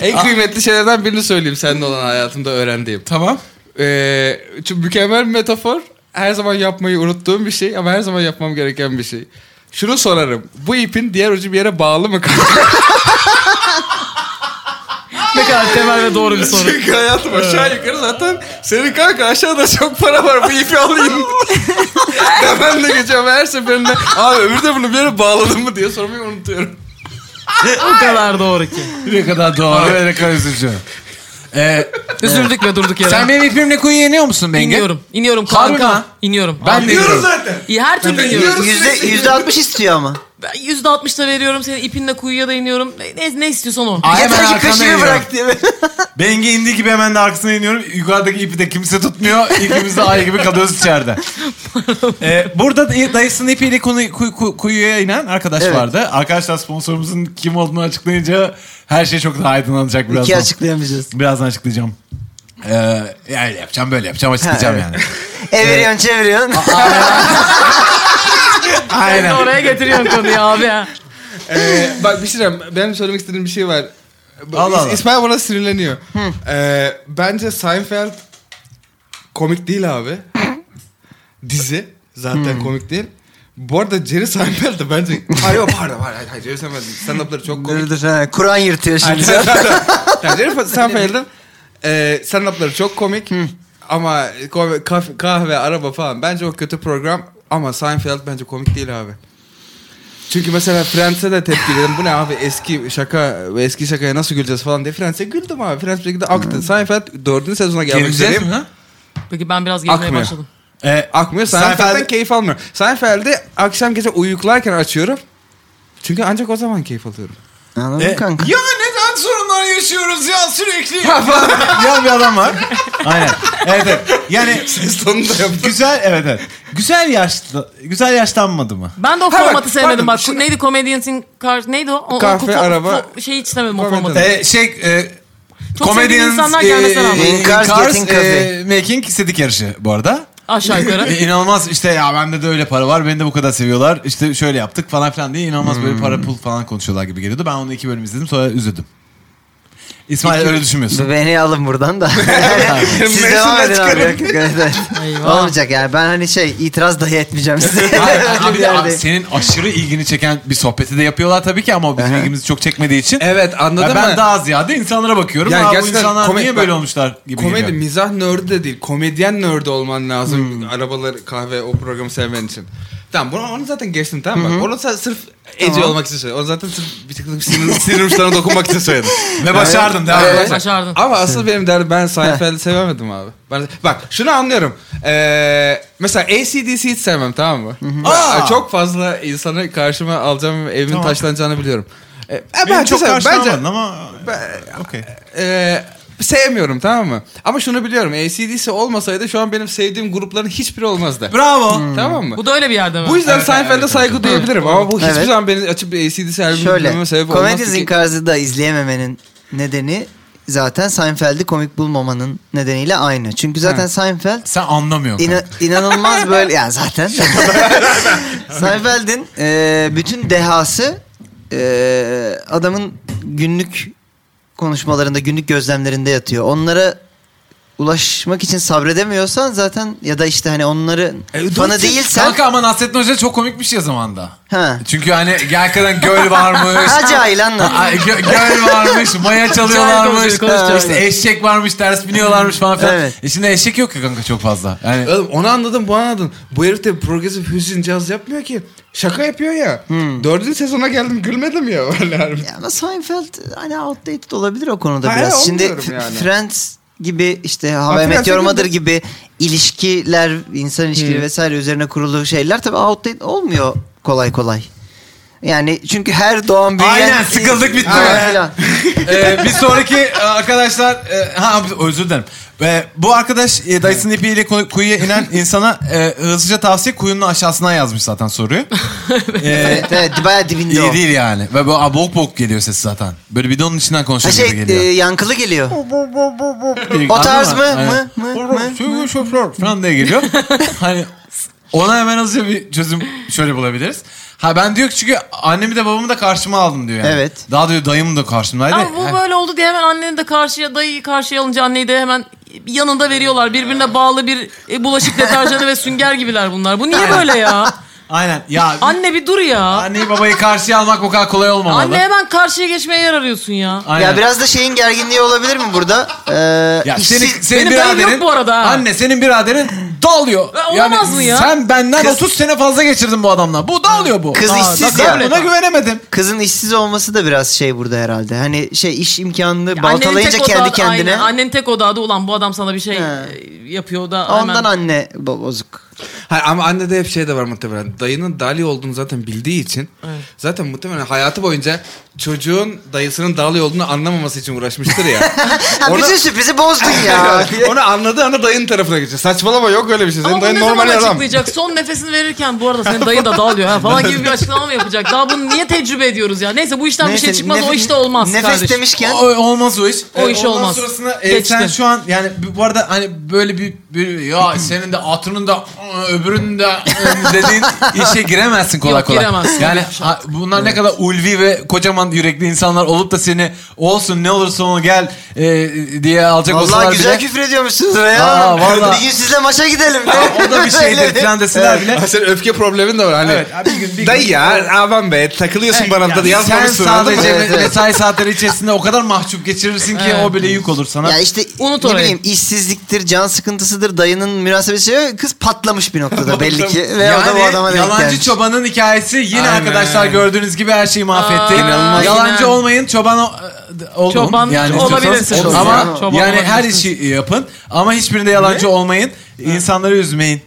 D: en kıymetli şeylerden birini söyleyeyim seninle olan hayatımda öğrendiğim.
B: Tamam.
D: Ee, çünkü mükemmel bir metafor. Her zaman yapmayı unuttuğum bir şey ama her zaman yapmam gereken bir şey. Şunu sorarım. Bu ipin diğer ucu bir yere bağlı mı kanka?
E: Ne kadar temel ve doğru bir soru.
D: Çünkü hayatım aşağı yukarı zaten senin kanka aşağıda çok para var bu ipi alayım. Demem de geçiyorum her seferinde. Abi öbürü de bunu bir yere bağladın mı diye sormayı unutuyorum.
E: o kadar doğru ki.
B: Ne kadar doğru ve ne kadar üzücü. Ee,
E: Üzüldük ve durduk yere.
B: sen benim ipimle kuyuya iniyor musun Bengi?
E: İniyorum. İniyorum
B: Harbi
E: kanka.
B: mi?
E: İniyorum.
B: Ben
E: Abi,
B: de iniyorum.
D: zaten.
E: iyi, her türlü iniyorum.
C: Yüzde, yüzde 60 istiyor ama.
E: Ben Yüzde altmış da veriyorum. Senin ipinle kuyuya da iniyorum. Ne, ne, ne istiyorsan o.
B: Ay, hemen
C: Yeter ki
B: arkamda
C: kaşını
B: iniyorum.
C: bırak diye.
B: Bengi indiği gibi hemen de arkasına iniyorum. Yukarıdaki ipi de kimse tutmuyor. İkimiz de ay gibi kalıyoruz içeride. Ee, burada da- dayısının ipiyle konu, kuy- kuy- kuyuya inen arkadaş
C: Evet.
B: vardı. Arkadaşlar sponsorumuzun kim olduğunu açıklayınca her şey çok daha aydınlanacak birazdan.
C: İki açıklayamayacağız.
B: Birazdan açıklayacağım. Ee, yani yapacağım böyle yapacağım açıklayacağım
C: Ha,
B: yani.
C: Eviriyorsun çeviriyorsun.
E: Sen de
B: Aynen.
E: oraya getiriyorsun konuyu abi. ha.
D: Ee, bak bir şey diyeceğim. Benim söylemek istediğim bir şey var. Bu-
B: Allah Allah.
D: İsmail bana sinirleniyor. Ee, bence Seinfeld komik değil abi. Dizi zaten komik değil. Bu arada Jerry Seinfeld de bence... Hayır yok pardon. Hayır, hayır, hayır Jerry Seinfeld stand-up'ları çok komik.
C: Dur dur ha, Kur'an yırtıyor şimdi.
D: Sen- Sen- Jennifer Seinfeld'in e, stand-up'ları çok komik ama kahve, kahve, kahve, araba falan bence o kötü program ama Seinfeld bence komik değil abi. Çünkü mesela Friends'e de tepki verdim. Bu ne abi eski şaka eski şakaya nasıl güleceğiz falan diye Friends'e güldüm abi. Friends bir şekilde aktı. Seinfeld dördüncü sezona gelmek üzere.
B: Gerileceğiz mi ha?
E: Peki ben biraz gelmeye
D: Akmıyor.
E: başladım.
B: Ee,
D: Akmıyor. Seinfeld'den
B: Seinfeld-
D: keyif almıyorum. Seinfeld'i akşam gece uyuklarken açıyorum. Çünkü ancak o zaman keyif alıyorum.
C: Anladın mı kanka?
B: E, Ya neden sorunlar yaşıyoruz ya sürekli? ya bir adam var. Aynen. Evet evet. Yani
D: Sonunda yaptım.
B: güzel evet evet. Güzel yaşlı güzel yaşlanmadı mı?
E: Ben de o
D: Ha, bak,
E: formatı sevmedim
D: pardon,
E: bak.
D: şimdi-
E: Neydi Comedians'in kar... Neydi o? o
D: Kahve, araba-
E: Şey hiç istemedim o
D: Comedian.
E: formatı.
B: Ee, şey e,
E: Çok sevdiğim
B: Comedians,
E: insanlar
B: e,
E: gelmesine rağmen.
B: e,
C: In cars,
B: cars,
C: getting coffee.
B: e, making sidik yarışı bu arada.
E: Aşağı yukarı.
B: E, inanılmaz işte ya bende de öyle para var beni de bu kadar seviyorlar işte şöyle yaptık falan filan diye inanılmaz böyle para pul falan konuşuyorlar gibi geliyordu. Ben onu iki bölüm izledim sonra üzüldüm. İsmail öyle düşünmüyorsun.
C: Beni alın buradan da. Yani Siz
D: Mevsimden
C: devam edin abi.
D: çıkarın.
C: Yok, yok, evet, evet.
E: Eyvah.
C: Olmayacak yani ben hani şey itiraz dahi etmeyeceğim size.
B: Hayır,
C: Öyle
B: abi
C: bir
B: de abi
C: yerdeyim.
B: senin aşırı ilgini çeken bir sohbeti de yapıyorlar tabii ki ama bizim
C: Aha.
B: ilgimizi çok çekmediği için.
D: Evet anladın
B: Ya
D: mı?
B: ben daha ziyade insanlara bakıyorum.
D: Yani
B: Aa, bu
D: gerçekten
B: insanlar
D: komedi-
B: niye böyle
D: ben-
B: olmuşlar gibi
D: Komedi
B: geliyor. Hmm.
D: mizah nördü de değil. Komedyen nördü olman lazım. Arabaları, kahve, o programı sevmen için. Tamam bunu, onu zaten geçtim tamam mı? Onu sa- sırf Ece olmak için söyledim. Onu zaten sırf bir tık sinir, sinir uçlarına dokunmak için söyledim.
B: Ve başardın değil mi?
C: Evet.
E: Başardın.
D: Ama asıl benim derdim ben Seinfeld'i sevemedim abi. Ben, bak şunu anlıyorum. Ee, mesela ACDC'yi hiç sevmem tamam mı? Ben-
B: Aa!
D: Çok fazla insanı karşıma alacağım ve evimin
B: Tamam.
D: taşlanacağını biliyorum. Ee, e,
B: Benim
D: bence
B: çok
D: sev-
B: karşıma
D: bence-
B: almadın ama...
D: Ben-
B: Okey.
D: Ee, sevmiyorum tamam mı? Ama şunu biliyorum. ACDC olmasaydı şu an benim sevdiğim grupların hiçbir olmazdı. Hmm.
B: Bravo.
D: Tamam mı? Bu,
E: Bu da öyle bir yerde mi?
D: yüzden Seinfeld'e saygı duyabilirim. Ama bu hiçbir
C: Evet.
D: zaman beni açıp ACDC albümünü
C: Şöyle
D: dinlememe sebep olmaz.
C: komedi zinkarzı da izleyememenin nedeni zaten Seinfeld'i komik bulmamanın nedeniyle aynı. Çünkü zaten
D: Ha.
C: Seinfeld
B: Sen anlamıyorsun.
C: İna, inanılmaz böyle ya zaten. Seinfeld'in e, bütün dehası e, adamın günlük konuşmalarında, günlük gözlemlerinde yatıyor. Onlara ulaşmak için sabredemiyorsan zaten ya da işte hani onları bana değilsen
B: E, Kanka ama Nasrettin Hoca çok komikmiş ya zamanda.
C: ha.
B: Çünkü hani gerçekten göl varmış.
C: Ha cahil anlat.
B: Ay, gö- göl varmış, maya çalıyorlarmış,
E: Cahil konuşuyor,
C: konuşuyor.
B: işte eşek varmış, ders biniyorlarmış falan filan.
C: Evet.
B: E şimdi eşek yok ya kanka çok fazla. Yani
D: Oğlum onu anladım bunu anladım. Bu herif de progresif hüzün caz yapmıyor ki. Şaka yapıyor ya. Dördüncü sezona geldim gülmedim ya. Vallahi.
C: Ya ama Seinfeld hani outdated olabilir o konuda
D: Hayır,
C: biraz.
D: onu
C: Şimdi
D: diyorum
C: F-
D: yani.
C: Friends gibi işte How I
D: Friends'e
C: Met Your Mother
D: güldüm.
C: gibi ilişkiler, insan
E: Hmm.
C: ilişkileri vesaire üzerine kurulu şeyler tabii outdated olmuyor kolay kolay. Yani çünkü her doğan büyüyen...
B: Aynen, sıkıldık, bitti.
C: Aynen filan.
B: e, bir sonraki e, arkadaşlar, e, ha özür dilerim. E, bu arkadaş e, dayısının ipiyle ku- kuyuya inen insana e, hızlıca tavsiye kuyunun aşağısına yazmış zaten soruyu. e,
C: evet, evet bayağı dibinde o.
B: iyi değil yani. Ve bu a, bok bok geliyor sesi zaten. Böyle bidonun içinden
C: Ha
B: konuşuyor
C: şey
B: gibi
C: e,
B: geliyor.
C: yankılı geliyor.
B: Anladın
C: o tarz mı?
B: Aynen.
C: Mı? Mı?
B: Şoför, şoför,
C: Mı?
B: şoför falan diye geliyor. hani ona hemen hızlıca bir çözüm şöyle bulabiliriz. Ha ben diyor ki çünkü annemi de babamı da karşıma aldım diyor yani.
C: Evet.
B: Daha diyor dayım da karşımdaydı.
E: Ama bu böyle oldu diye hemen anneni de karşıya, dayıyı karşıya alınca anneyi de hemen yanında veriyorlar. Birbirine bağlı bir e, bulaşık deterjanı ve sünger gibiler bunlar. Bu niye böyle ya?
B: Aynen. Ya
E: Anne bir dur ya.
B: anneyi babayı karşıya almak bu kadar kolay olmamalı.
E: Anne hemen karşıya geçmeye yer arıyorsun ya.
B: Aynen.
C: Ya biraz da şeyin gerginliği olabilir mi burada? Ee,
B: Ya
C: işsiz-
B: senin, senin
E: Benim dayım
B: biraderin,
E: yok bu arada ha.
B: anne senin biraderin dağılıyor.
E: Ya olamaz mı ya?
B: Sen benden 30 sene fazla geçirdin bu adamla. Bu dağılıyor bu.
C: Kız
B: Aa,
C: işsiz
B: ben
C: ya.
B: buna güvenemedim.
C: Kızın işsiz olması da biraz şey burada herhalde. Hani şey iş imkanını
E: Annenin
C: baltalayınca
E: tek
C: kendi
E: odağı-
C: kendine.
E: Aynen. Annenin tek odağı da ulan bu adam sana bir şey
C: He.
E: e, yapıyor da hemen.
C: Ondan anne bo- bozuk.
D: Hayır, ama annede hep şey de var muhtemelen. Dayının Dali olduğunu zaten bildiği için. Zaten muhtemelen hayatı boyunca çocuğun dayısının Dali olduğunu anlamaması için uğraşmıştır ya.
C: Ha,
D: Ona-
C: Bütün sürprizi bozdun ya.
D: Onu anladığı anda dayının tarafına geçiyor. Saçmalama yok öyle bir şey. Senin
E: Ama bu ne
D: dayın
E: zaman
D: normal adam.
E: açıklayacak? Son nefesini verirken bu arada senin dayın da dağılıyor ha falan gibi bir açıklama mı yapacak? Daha bunu niye tecrübe ediyoruz ya? Neyse bu işten bir şey
C: Neyse,
E: çıkmaz o
C: nefes-
E: işte olmaz
C: Nefes
E: kardeşim.
C: demişken
B: O- olmaz o iş.
E: O iş
B: ondan
E: olmaz.
B: sonrasında e,
E: Geçti.
B: sen şu an yani bu arada hani böyle bir, bir- ya senin de atının da öbürünün de e, dediğin işe giremezsin kolay
E: Yok,
B: kolay.
E: giremezsin.
B: Yani ha- bunlar ne kadar ulvi ve kocaman yürekli insanlar olup da seni olsun ne olursa onu gel e, diye alacak olsalar
C: Vallahi
B: bile.
C: güzel küfür ediyormuşsunuz be ya.
B: Aa, vallahi.
C: Bir gün sizle maça gidelim.
B: o da bir şeydir falan deseler bile.
D: Ha, Senin öfke problemin de var hani.
B: Evet, abi bir gün- bir gün-
D: Dayı ya aman be takılıyorsun bana da
B: Sen
D: yazmamışsın. anladın mı?
B: sadece
C: Evet, evet.
B: mesai saatleri içerisinde o kadar mahcup geçirirsin ki o bile yük olur sana.
C: Ya işte
E: Unut
C: ne
E: orayı.
C: bileyim işsizliktir, can sıkıntısıdır, dayının münasebesi şey, kız patlamış bir noktada belli ki. Ve o da bu adama denk
B: yalancı
C: gelmiş.
B: çobanın hikayesi yine
D: Aynen.
B: arkadaşlar gördüğünüz gibi her şeyi mahvetti.
E: Aa, İnanılmaz.
B: Yalancı
E: aynen.
B: olmayın çoban o- e, olun.
E: Çoban
B: istiyorsanız
E: olabilirsiniz.
B: olun.
E: Çoban
B: Ama yani her işi
E: olabilirsiniz.
B: yapın ama hiçbirinde yalancı olmayın. İnsanları üzmeyin.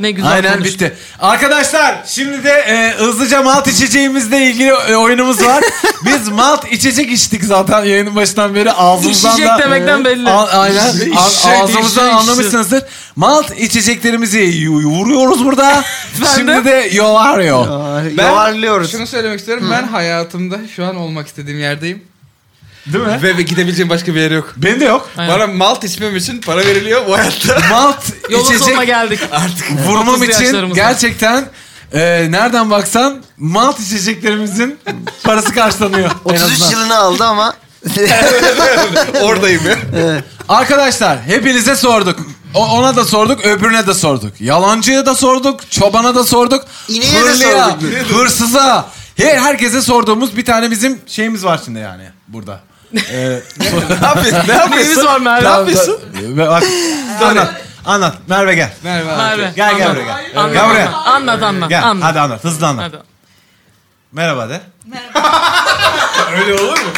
E: Ne güzel
B: Aynen
E: konuştun.
B: bitti. Arkadaşlar şimdi de e, hızlıca malt içeceğimizle ilgili e, oyunumuz var. Biz malt içecek içtik zaten yayının başından beri ağzımızdan
E: İçecek
B: da.
E: demekten belli.
B: A- aynen.
E: İçecek,
B: A-
E: içecek,
B: ağzımızdan
E: içecek.
B: anlamışsınızdır. Malt içeceklerimizi y- vuruyoruz burada. şimdi de yolarıyor.
C: Aa,
D: Ben
C: Yavarlıyoruz.
D: Şunu söylemek istiyorum. Ben hayatımda şu an olmak istediğim yerdeyim.
B: Değil mi?
D: Ve, ve gidebileceğim başka bir yer yok.
B: Benim de yok.
E: Aynen.
D: Bana malt içmem için para veriliyor bu hayatta.
B: Malt
E: Yolun
B: içecek
E: sonuna geldik.
B: vurmam
E: 30'lu
B: için
E: yaşlarımızda.
B: gerçekten e, nereden baksan malt içeceklerimizin parası karşılanıyor. en
C: 33
B: azından.
C: yılını aldı ama
D: Oradayım ya.
B: Arkadaşlar hepinize sorduk. O- ona da sorduk, öbürüne de sorduk. Yalancıya da sorduk, çobana da sorduk.
C: İneğe de
B: hırlıya,
C: sorduk.
B: Hırsıza. Her, herkese sorduğumuz bir tane bizim şeyimiz var şimdi yani burada. Ee,
D: ne yapıyorsun? Ne
E: Neyimiz
D: yapıyorsun?
E: var Merve?
D: Ne yapıyorsun?
B: Ee, bak, anlat, anlat. Merve gel.
D: Merve abi.
E: Merve.
B: Gel, gel
E: anlat.
B: buraya, gel.
E: Anlat,
B: Gel buraya.
E: anlat, Anlat anlat.
B: Gel,
E: anlat.
B: hadi anlat, hızlı anlat.
E: Hadi. Ee,
B: Merhaba de.
D: Öyle olur mu?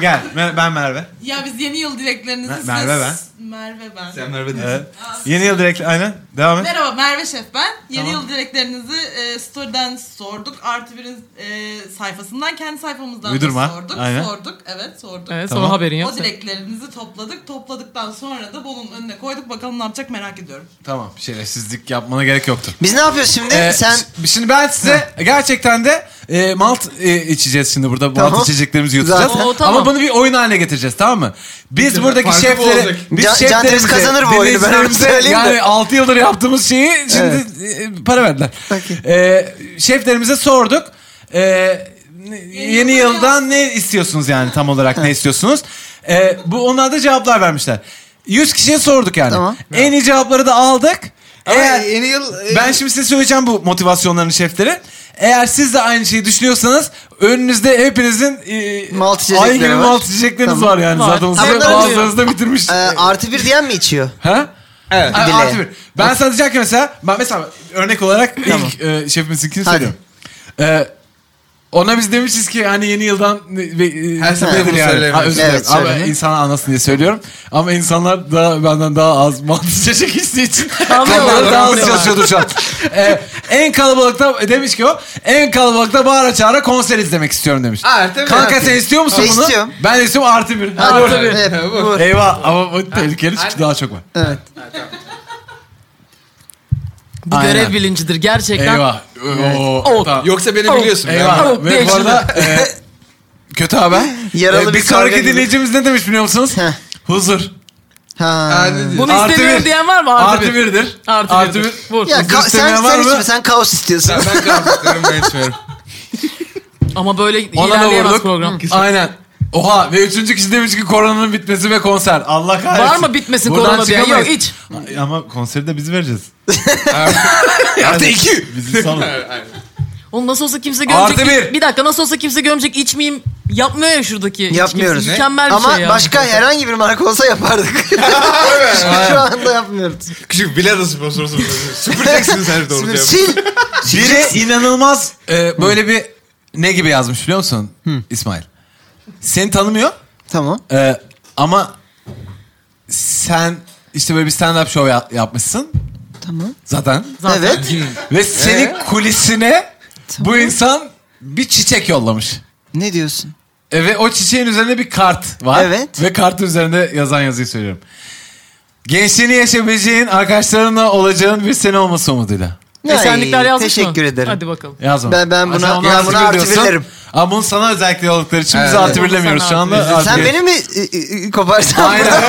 B: Gel, Mer- ben Merve.
F: Ya biz yeni yıl dileklerinizi
B: Mer-
F: size...
B: Merve ben.
F: Merve ben.
D: Sen Merve
B: Ee,
D: değilsin.
B: yeni yıl direkt, aynen. Devam et.
F: Merhaba Merve Şef ben. Yeni yıl dileklerinizi e, story'den sorduk. Artı birin e, sayfasından kendi sayfamızdan
B: Uydurma.
F: da sorduk.
B: Aynen.
F: Sorduk. Evet sorduk.
E: Evet,
B: Tamam.
E: sonra haberin yok.
F: O dileklerinizi topladık. Topladıktan sonra da bunun önüne koyduk. Bakalım ne yapacak merak ediyorum.
B: Tamam, şerefsizlik yapmana gerek yoktu.
C: biz ne yapıyoruz şimdi?
B: Ee,
C: Sen
B: ş- şimdi ben size gerçekten de e, malt e, içeceğiz şimdi burada.
C: Tamam.
B: Malt içeceklerimizi yutacağız.
C: Zaten.
E: Oo, tamam.
B: Ama bunu bir oyun haline getireceğiz tamam mı? Biz
D: Güzel.
B: buradaki
D: Farkı bu
B: şefleri
D: olacak.
B: biz
C: Can- Can
B: şeflerimize,
C: Deniz kazanır bu oyunu, ben onu
B: dinleyicilerimize,
C: söyleyeyim de.
B: Yani 6 yıldır yaptığımız şeyi şimdi e, para verdiler.
C: Peki.
B: E, şeflerimize sorduk. E, ne- yeni,
F: yılda
B: yıldan ne istiyorsunuz yani tam olarak ne istiyorsunuz? E, bu onlar da cevaplar vermişler. 100 kişiye sorduk yani.
C: Tamam.
B: En iyi cevapları da aldık. Eğer-
D: Ama yeni yıl...
C: Ee,
D: e,
B: ben şimdi size söyleyeceğim bu motivasyonların şefleri. Eğer siz de aynı şeyi düşünüyorsanız önünüzde hepinizin e,
C: Malt içecekleri
B: ay gibi
C: var.
B: malt içecekleriniz
C: Tamam.
B: var yani
E: Var.
B: zaten.
E: Ama
B: Size
E: bunları
B: bazılarınız da bitirmiş.
C: e, artı bir diyen mi içiyor?
B: ha?
D: Evet.
B: Ay,
C: Dile.
B: artı bir. Ben sana diyeceğim ki mesela ben mesela örnek olarak
C: Tamam.
B: ilk e, şefimizinkini
C: Hadi.
B: söylüyorum. E, ona biz demişiz ki hani yeni yıldan e, e,
D: Her sefer
B: nedir
D: bunu söyleyemeyiz.
B: Ha, özür dilerim.
C: Evet,
B: Ama
C: söyle.
B: insana anlasın diye söylüyorum. Ama insanlar daha benden daha az mantı içecek içtiği için
E: Anlıyorlar,
B: kafaları daha az
E: anlıyorlar.
B: çalışıyordur şu an. E, en kalabalıkta e, demiş ki o en kalabalıkta bağıra çağıra konser izlemek istiyorum demiş.
D: Aa, tabii.
B: Kanka
D: Artı
B: sen istiyor musun
C: Ben
B: bunu?
C: istiyorum.
B: Ben de istiyorum artı bir.
C: Hadi
B: Hadi.
C: vur.
E: tabii.
C: Evet,
D: Vur.
C: vur.
B: Eyvah ama bu tehlikeli çünkü
D: Hadi.
B: daha çok var.
C: Evet.
E: Bu
B: Aynen.
E: görev bilincidir gerçekten.
B: Eyvah. Oo,
E: Evet.
B: tamam.
D: Yoksa beni
E: Oh.
D: biliyorsun. ben-
B: Eyvah.
E: Tamam,
B: Ve bu
E: geçtim.
B: arada e, kötü haber.
C: Yaralı
B: E, bir,
C: bir karga
B: sonraki
C: gibi.
B: dinleyicimiz ne demiş biliyor musunuz?
C: Heh.
B: Huzur.
C: Ha.
D: Hadi diyor.
E: Bunu
B: Artı
E: istemiyorum
B: bir.
E: diyen var mı? Artı,
B: Artı
E: bir.
B: birdir.
E: Artı, bir. Vur.
C: Ya ka- sen,
B: istemeyen var
C: sen
B: mı?
C: içme sen kaos istiyorsun.
D: Ben kalmak istiyorum ben içmiyorum.
E: Ama böyle
B: Ona da
E: ilerleyemez
B: vurduk.
E: program.
B: Aynen. Oha ve üçüncü kişi demiş ki koronanın bitmesi ve konser. Allah kahretsin.
E: Var mı bitmesin
B: Buradan
E: korona diyen?
B: çıkamayız.
E: Yok iç.
B: Ay, Ama konseri de biz vereceğiz.
D: Artı iki.
B: Bizi salın.
E: Oğlum nasıl olsa kimse gömecek.
B: Artı bir.
E: bir dakika nasıl olsa kimse gömecek içmeyeyim. Yapmıyor ya şuradaki.
C: Yapmıyoruz.
E: içkimiz. Mükemmel bir
C: Ama
E: şey ya.
C: başka herhangi bir marka olsa yapardık. Şu anda yapmıyoruz.
D: Küçük bilardo sponsorusun. Süpüreceksiniz her doğru
C: Sümür-
D: cevabı.
C: Sil.
B: Biri inanılmaz e, böyle bir ne gibi yazmış biliyor musun İsmail? Seni tanımıyor.
C: Tamam.
B: Ee, ama sen işte böyle bir stand-up show ya- yapmışsın
C: Tamam.
B: zaten.
E: Zaten.
C: Evet.
B: Ve senin kulisine bu insan bir çiçek yollamış.
C: Ne diyorsun?
B: E, ve o çiçeğin üzerinde bir kart var.
C: Evet.
B: Ve kartın üzerinde yazan yazıyı söylüyorum. Gençliğini yaşayabileceğin, arkadaşlarınla olacağın bir sene olması umuduyla.
E: Esenlikler
C: Ay,
E: yazmış mı?
C: Teşekkür ederim.
E: Hadi bakalım.
B: Yazma.
C: Ben- ben buna-
B: Sen ona
C: ben
B: artı
C: buna
B: bir
C: artı
B: diyorsun.
C: bir derim.
B: Ama bunu sana özellikle yolladıkları için bizi
D: Evet.
B: artı birlemiyoruz şu anda.
E: Sen
B: Artı
C: Sen
B: bir-
C: beni mi e, e, koparsan?
B: Aynen.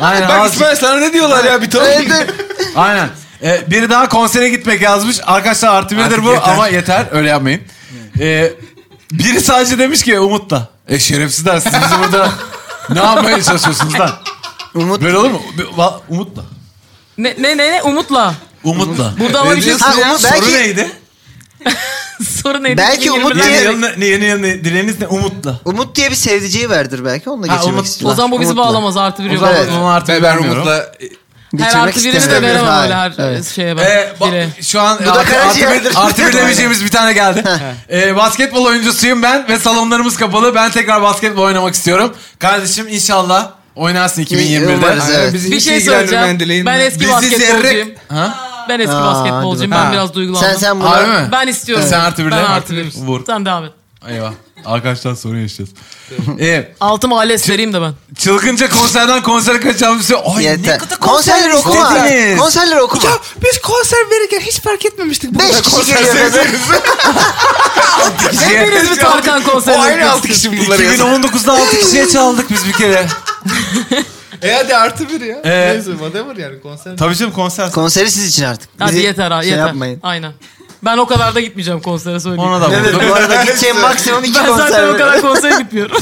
B: Aynen.
D: Bak
B: ağzı-
D: İsmail sana ne diyorlar ya bir ton.
C: Evet, evet.
B: Aynen. Ee, biri daha konsere gitmek yazmış. Arkadaşlar artı birdir
D: Artık
B: bu
D: yeter.
B: ama yeter. Öyle yapmayın. Ee, biri sadece demiş ki Umut da. E şerefsizler siz bizi burada ne yapmaya çalışıyorsunuz lan?
C: Umut.
B: Böyle olur mu? Bir- va- Umut da.
E: Ne ne ne, ne? Umut'la.
B: Umut da.
E: Burada ama bir şey
C: Ha,
B: Ya,
C: Umut
B: E, Soru
C: belki-
B: neydi?
E: soru neydi?
C: Belki Umut
B: Yeni
C: diye-
B: yıl ne- yeni, yıl ne- dileğiniz ne? Umut'la.
C: Umut diye bir sevdiceği vardır belki. Onunla
B: Ha,
C: geçirmek
B: Umut.
C: istiyorlar.
E: O zaman bu bizi
C: Umut'la.
E: bağlamaz artı bir
B: O
E: yok.
B: zaman
C: Evet.
B: onu artı
D: Ben, ben
B: bilmiyorum.
D: Umut'la
E: Her
C: Geçirmek
E: artı birini de
C: istemiyorum.
E: veremem öyle her
C: Hayır, evet.
E: şeye ben.
B: Ee, ba-
E: bire.
B: şu an
C: da
B: artı, artı,
C: karaciğerdir.
B: bir, artı bir demeyeceğimiz bir tane geldi. Ee, basketbol oyuncusuyum ben ve salonlarımız kapalı. Ben tekrar basketbol oynamak istiyorum. Kardeşim inşallah oynarsın 2021'de.
C: Umarız,
B: Aynen.
C: evet.
D: bizi
E: Bir
D: hiç
E: şey
D: ilgilendirmeyen
E: söyleyeceğim.
D: dileğin.
E: Ben eski
B: Bizi
E: basketbolcuyum.
B: zerrek. Ha?
E: Ben eski
C: Aa, hadi
E: basketbolcuyum. Ben
D: Ha.
E: biraz duygulandım.
C: Sen sen
B: Harbi
C: buna...
B: mi?
E: Ben istiyorum.
B: Sen artı birle,
E: Ben
B: artı
E: artı
B: bir.
E: bir.
B: Vur.
E: Sen devam et.
B: Eyvah. Arkadaşlar sorun yaşayacağız. ee,
E: Altıma ALES vereyim de ben.
B: çılgınca konserden konsere kaçacağımız şey. Ay ne
C: Yeter.
B: kadar konser
C: Konserleri okuma.
B: istediniz.
C: Konserleri okuma.
D: biz konser verirken hiç fark etmemiştik. bu
C: Beş
D: kadar
C: kişi
D: konser
C: geliyor.
D: sevdiğimizi.
E: Hepiniz bir şey Tarkan
D: O
E: konserine
D: aynı altı
E: gitmişsiniz.
D: kişi
B: şey.
D: bunları yazıyor.
B: 2019'da 6 kişiye çaldık biz bir kere.
D: E hadi artı bir ya.
B: Ee,
D: Neyse whatever yani konser.
B: Tabii canım konser.
C: Konseri siz için artık.
E: Hadi
C: Bizi
E: yeter ha
C: şey
E: yeter.
C: yapmayın.
E: Aynen. Ben o kadar da gitmeyeceğim konsere söyleyeyim.
B: Ona da
C: Evet,
B: bulduk.
C: bu arada gideceğim maksimum iki
E: ben zaten o
C: konser.
E: kadar konsere gitmiyorum.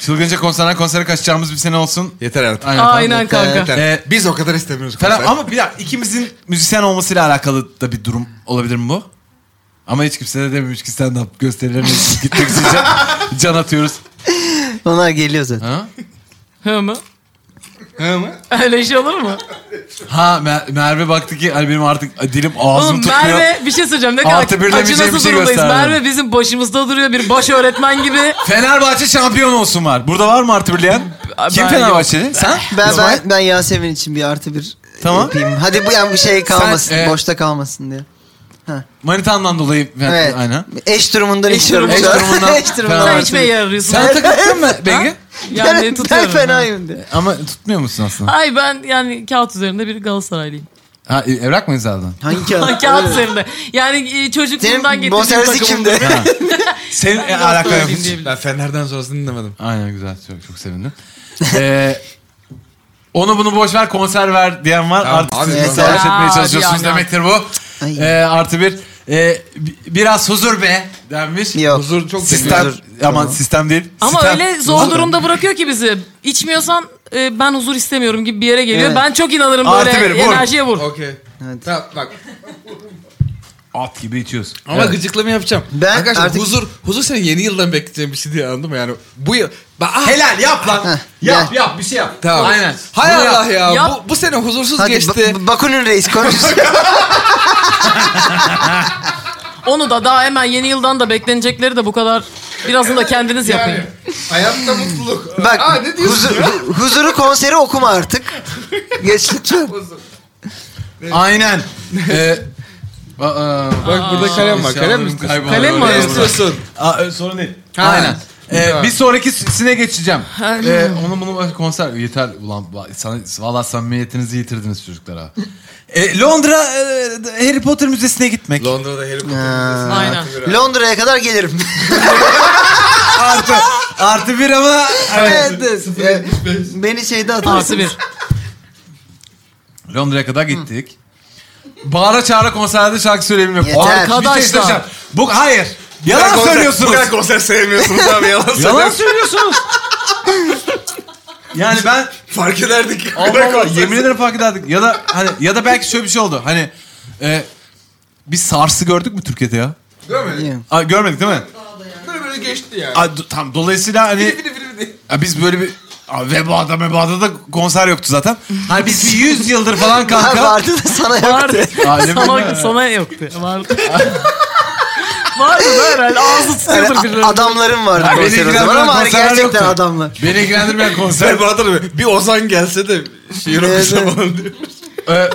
B: Çılgınca konserden konsere kaçacağımız bir sene olsun.
D: Yeter artık.
B: Aynen.
E: Aynen kanka.
D: Yeter.
B: Ee,
D: biz o kadar istemiyoruz
B: Falan.
D: konser.
B: Ama bir dakika ikimizin müzisyen olmasıyla alakalı da bir durum olabilir mi bu? Ama hiç kimse de dememiş ki stand up gösterilerine gitmek için can, can atıyoruz.
C: Onlar geliyor zaten.
B: Ha?
E: Hı mı?
D: Hı mı?
E: Öyle şey olur mu?
B: Ha Mer- Merve baktı ki "Ay benim artık dilim ağzım
E: Oğlum
B: tutmuyor.
E: Merve bir şey söyleyeceğim. Ne
B: Artı
E: kadar
B: bir demeyeceğim bir
E: acınası
B: şey
E: durumdayız.
B: gösterdi.
E: Merve bizim başımızda duruyor bir baş öğretmen gibi.
B: Fenerbahçe şampiyon olsun var. Burada var mı artı birleyen?
E: Ben
B: Kim
E: yok.
B: Fenerbahçeli? Sen?
C: Ben,
B: İsmail?
C: ben, ben Yasemin için bir artı bir e,
B: Tamam.
C: yapayım. Hadi bu yani bir şey kalmasın.
B: e-
C: Boşta kalmasın diye.
B: Manitandan dolayı.
C: Evet.
B: Aynen.
C: Eş durumundan
E: Eş
C: içiyorum.
B: Eş
C: şu an.
B: durumundan.
C: Eş
E: Sen
B: Fenerbahçe.
C: durumundan.
E: içmeye yarıyorsun.
B: Sen takıldın mı Bengi?
E: yani
C: ben, ben
E: tutuyorum.
C: fenayım diye.
B: Ama tutmuyor musun aslında?
E: Ay ben yani kağıt üzerinde bir Galatasaraylıyım.
B: Ha, e, evrak mı imzaladın?
C: Hangi
E: Ha,
C: kağıt?
E: kağıt üzerinde. Yani e, çocukluğumdan
C: Senin
E: getirdiğim
C: bonservisi
E: takımım.
C: kimde?
B: Senin e,
E: Galatasaraylıyım
B: alakalı yok.
E: diyebilirim.
D: Ben Fener'den sonrasını dinlemedim.
B: Aynen güzel. Çok, çok sevindim. Ee, onu bunu boş ver konser ver diyen var.
D: Tamam,
B: artık
D: abi,
B: siz
D: tamam.
B: de savaş
E: Ya,
B: etmeye çalışıyorsunuz
E: yani.
B: demektir bu.
C: Ay.
B: Ee, artı bir. Ee, bi- biraz huzur be denmiş.
C: Yok.
D: Huzur çok
B: Sistem,
C: Huzur,
B: aman
C: tamam.
B: sistem değil.
E: Ama
B: sistem.
E: öyle zor durumda bırakıyor ki bizi. İçmiyorsan e, ben huzur istemiyorum gibi bir yere geliyor.
C: Evet.
E: Ben çok inanırım
B: Artı
E: böyle
B: bir, vur.
E: enerjiye vur.
D: Okey.
C: Evet.
D: Tamam bak.
B: At gibi içiyoruz.
D: Ama
B: Evet.
D: gıcıklama yapacağım.
C: Ben
D: Arkadaşlar
C: artık-
D: huzur, huzur seni yeni yıldan bekleyeceğim bir şey diye anladın mı yani? Bu yıl... Bak, ah,
B: Helal yap lan. yap
C: gel.
B: yap bir şey yap.
D: Tamam.
B: Aynen.
D: Hay
B: Bunu
D: Allah
B: yap.
D: ya.
E: Yap.
D: Bu, bu sene huzursuz
C: Hadi
D: geçti.
C: Ba- Bakunin reis konuş.
E: Onu da daha hemen yeni yıldan da beklenecekleri de bu kadar birazını da kendiniz yapın.
D: yani hayatta mutluluk.
C: Bak
D: Aa, ne diyorsun
C: huzur-
D: ya?
C: hu- huzuru konseri okuma artık. Geç lütfen.
B: Aynen. Ee, aa,
D: Bak burada kalem var. Kalem
B: eşyalarım
D: mi istiyorsun?
B: kayboldu.
E: Kalem mi
D: Ne
E: arıyorsun?
D: istiyorsun?
B: Aa, e, sorun değil.
D: Ha.
B: Aynen. Ee,
D: Ha.
B: bir sonrakisine geçeceğim.
E: Ha.
B: Ee, onu bunu bak- konser yeter ulan va- sana valla samimiyetinizi yitirdiniz çocuklara. Ee, Londra e, Harry Potter Müzesi'ne gitmek.
D: Londra'da Harry Potter
C: Ha.
D: Müzesi'ne
E: Aynen.
D: artı bir abi.
C: Londra'ya kadar gelirim.
B: artı artı bir ama evet.
C: Evet. Beni şeyde atarsın.
E: Artı bir.
B: Londra'ya kadar gittik. Bağıra çağıra konserde şarkı söyleyebilmek.
C: Yeter.
B: Abi, bir şey
E: Arkadaşlar.
B: söyleyeceğim. Bu hayır. Yalan
D: konser-
B: söylüyorsunuz.
D: Bu kadar konser sevmiyorsunuz abi yalan
B: Yalan
D: söylüyorsunuz.
B: söylüyorsunuz. yani ben
D: Fark ederdik. Bu
B: Allah
D: kadar
B: Allah
D: konser
B: yemin ederim fark ederdik. Ya da hani ya da belki şöyle bir şey oldu. Hani e, bir sarsı gördük mü Türkiye'de ya?
D: Görmedik.
B: Aa, görmedik değil mi?
D: Böyle böyle geçti yani.
B: Aa, do- tam dolayısıyla hani
D: Biri biri biri.
B: ya biz böyle bir Aa, vebada mebada da konser yoktu zaten. Hani biz bir 100 yıldır falan
C: Ha,
B: kanka.
C: vardı da sana yok.
E: Vardı.
B: Alem
E: sana,
B: bilmem.
E: sana yoktu. Vardı. Vardı da herhalde ağzı tutuyordur
C: Yani
E: birileri.
C: a- adamların Hani vardı
B: Ha, beni
C: konser o zaman
B: ilgilendiren
C: ama hani
B: konserler
C: gerçekten
B: yoktu.
C: adamlar.
B: Beni ilgilendirmeyen konser.
D: Sen bu arada bir Ozan gelse de şiir okusa
C: Evet.
D: falan diyor.
B: e, Ee,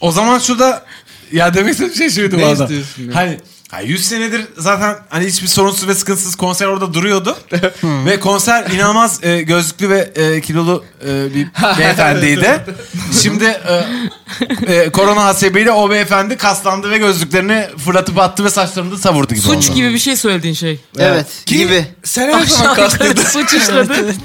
B: o zaman şurada ya demek istediğim şey şuydu
D: Ne
B: bu arada.
D: istiyorsun ya?
B: Hani Ya 100 senedir zaten hani hiçbir sorunsuz ve sıkıntısız konser orada duruyordu. ve konser inanılmaz e, gözlüklü ve e, kilolu e, bir beyefendiydi. Şimdi e, e, korona hasebiyle o beyefendi kaslandı ve gözlüklerini fırlatıp attı ve saçlarını da savurdu gibi
E: Suç
B: oldu.
E: gibi bir şey söylediğin şey.
C: Evet
D: Ki
C: gibi.
D: Sen her zaman
E: Aşağı
D: kastın.
E: yukarı Suç işledin.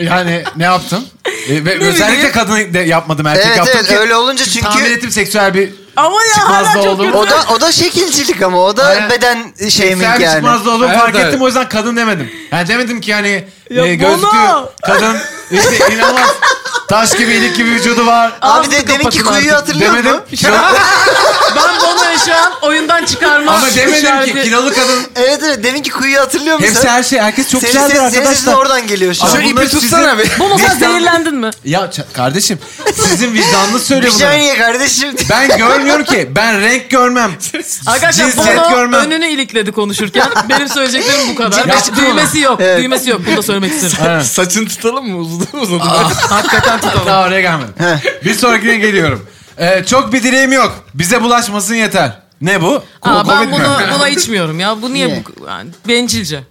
B: Yani ne yaptın? E, ve özellikle
E: bileyim.
B: kadını de yapmadım erkek
C: Evet
B: yaptım
C: evet
B: ki.
C: öyle olunca
B: Tahmin
C: çünkü
B: ettim seksüel bir
E: Ama ya
B: Çıkmaz da
E: hala çok
B: oğlum.
E: kötü.
C: o da o da şekilcilik ama o da
B: Aynen.
C: beden şeyimin
B: Sen
C: yani.
B: çıkmazdı oğlum
D: Evet,
B: fark
D: evet.
B: ettim o yüzden kadın demedim. Yani demedim ki hani
E: Ya
B: e, gözlüklü
E: Bono!
B: kadın işte inanılmaz taş gibi ilik gibi vücudu var.
C: Abi
E: Ağzını
C: de deminki
E: kapatın
C: kuyuyu
E: artık.
C: hatırlıyor
B: Demedim.
C: musun?
B: Kilo-
E: Ben Bono'yu şu an oyundan çıkarmam.
B: ama demedim ki
E: işareti.
B: kilolu kadın.
C: Evet evet deminki kuyuyu hatırlıyor musun?
B: Hepsi her şey herkes çok
C: Senin
B: güzeldir
C: ses- senin sesin
B: arkadaşlar.
C: oradan geliyor şu an.
B: Abi
D: Şöyle
B: bunlar
D: ipi tutsana be.
E: Bu mu sen
B: Vicdan-
E: zehirlendin mi?
B: Ya ç- kardeşim sizin vicdanınız söylüyor
C: Şey
B: bunları.
C: niye kardeşim?
B: Ben görmüyorum ki. Ben renk görmem.
E: Arkadaşlar
B: Cinsiyet
E: Bono
B: görmem.
E: önünü ilikledi konuşurken. Benim söyleyeceklerim bu kadar.
B: Yaptı mı?
E: Düğmesi yok.
C: Evet.
E: Düğmesi yok. Bunu da söylemek isterim.
D: Saçını tutalım mı? Uzadı uzadı.
B: Hakikaten tutalım. Daha oraya gelmedim. bir sonrakine geliyorum. Ee, çok bir dileğim yok. Bize bulaşmasın yeter. Ne bu? Ko-
E: Aa, ben
B: Covid mi?
E: bunu, buna içmiyorum ya. Bu niye?
C: Niye?
E: Bu, yani bencilce.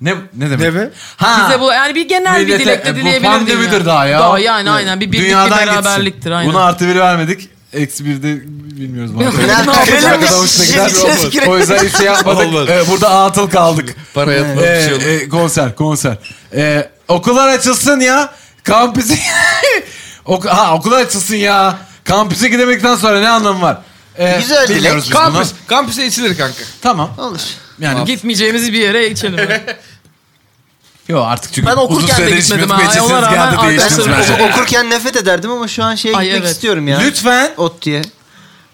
B: Ne, ne demek?
D: Ne be?
B: Ha.
E: Bize bu yani bir genel
B: Millete-
E: bir dilekle
B: e, bu
E: dileyebilirdim.
B: pandemidir
E: yani.
B: daha ya.
E: Daha yani aynen bir birlik bir
B: Dünyadan
E: beraberliktir
B: gitsin.
E: aynen.
B: Buna artı bir vermedik. Eksi bir de bilmiyoruz. bana.
E: Ne
C: Lan
E: yapacağız?
C: kölemiş.
B: Hoşuna gider mi?
C: Şimdi
B: Olmaz. O yüzden hiç şey
D: Olmaz.
B: yapmadık. Ee, burada atıl kaldık.
D: Para yatmak bir şey
B: Ee,
D: olur.
B: e, konser, konser. Ee, okullar açılsın ya. Kampüse... ok ha okullar açılsın ya. Kampüse gidemekten sonra ne anlamı var? Ee,
C: Güzel dilek.
B: bilmiyoruz biz bunu.
D: Kampüs. Kampüse içilir kanka.
B: Tamam.
C: Olur.
B: Yani
E: Gitmeyeceğimiz bir yere içelim.
B: Yok artık çünkü
E: Ben okurken
B: uzun
E: de
B: süredir
E: gitmedim
B: içmiyorduk.
E: ha.
B: Meclisiniz
E: Ona rağmen
B: geldi diye içtiniz
E: arkadaşlarım
B: bence.
C: Oku- okurken nefret ederdim ama şu an şeye
E: Ay,
C: gitmek
E: evet.
C: istiyorum ya.
B: Lütfen.
C: ODTÜ'ye.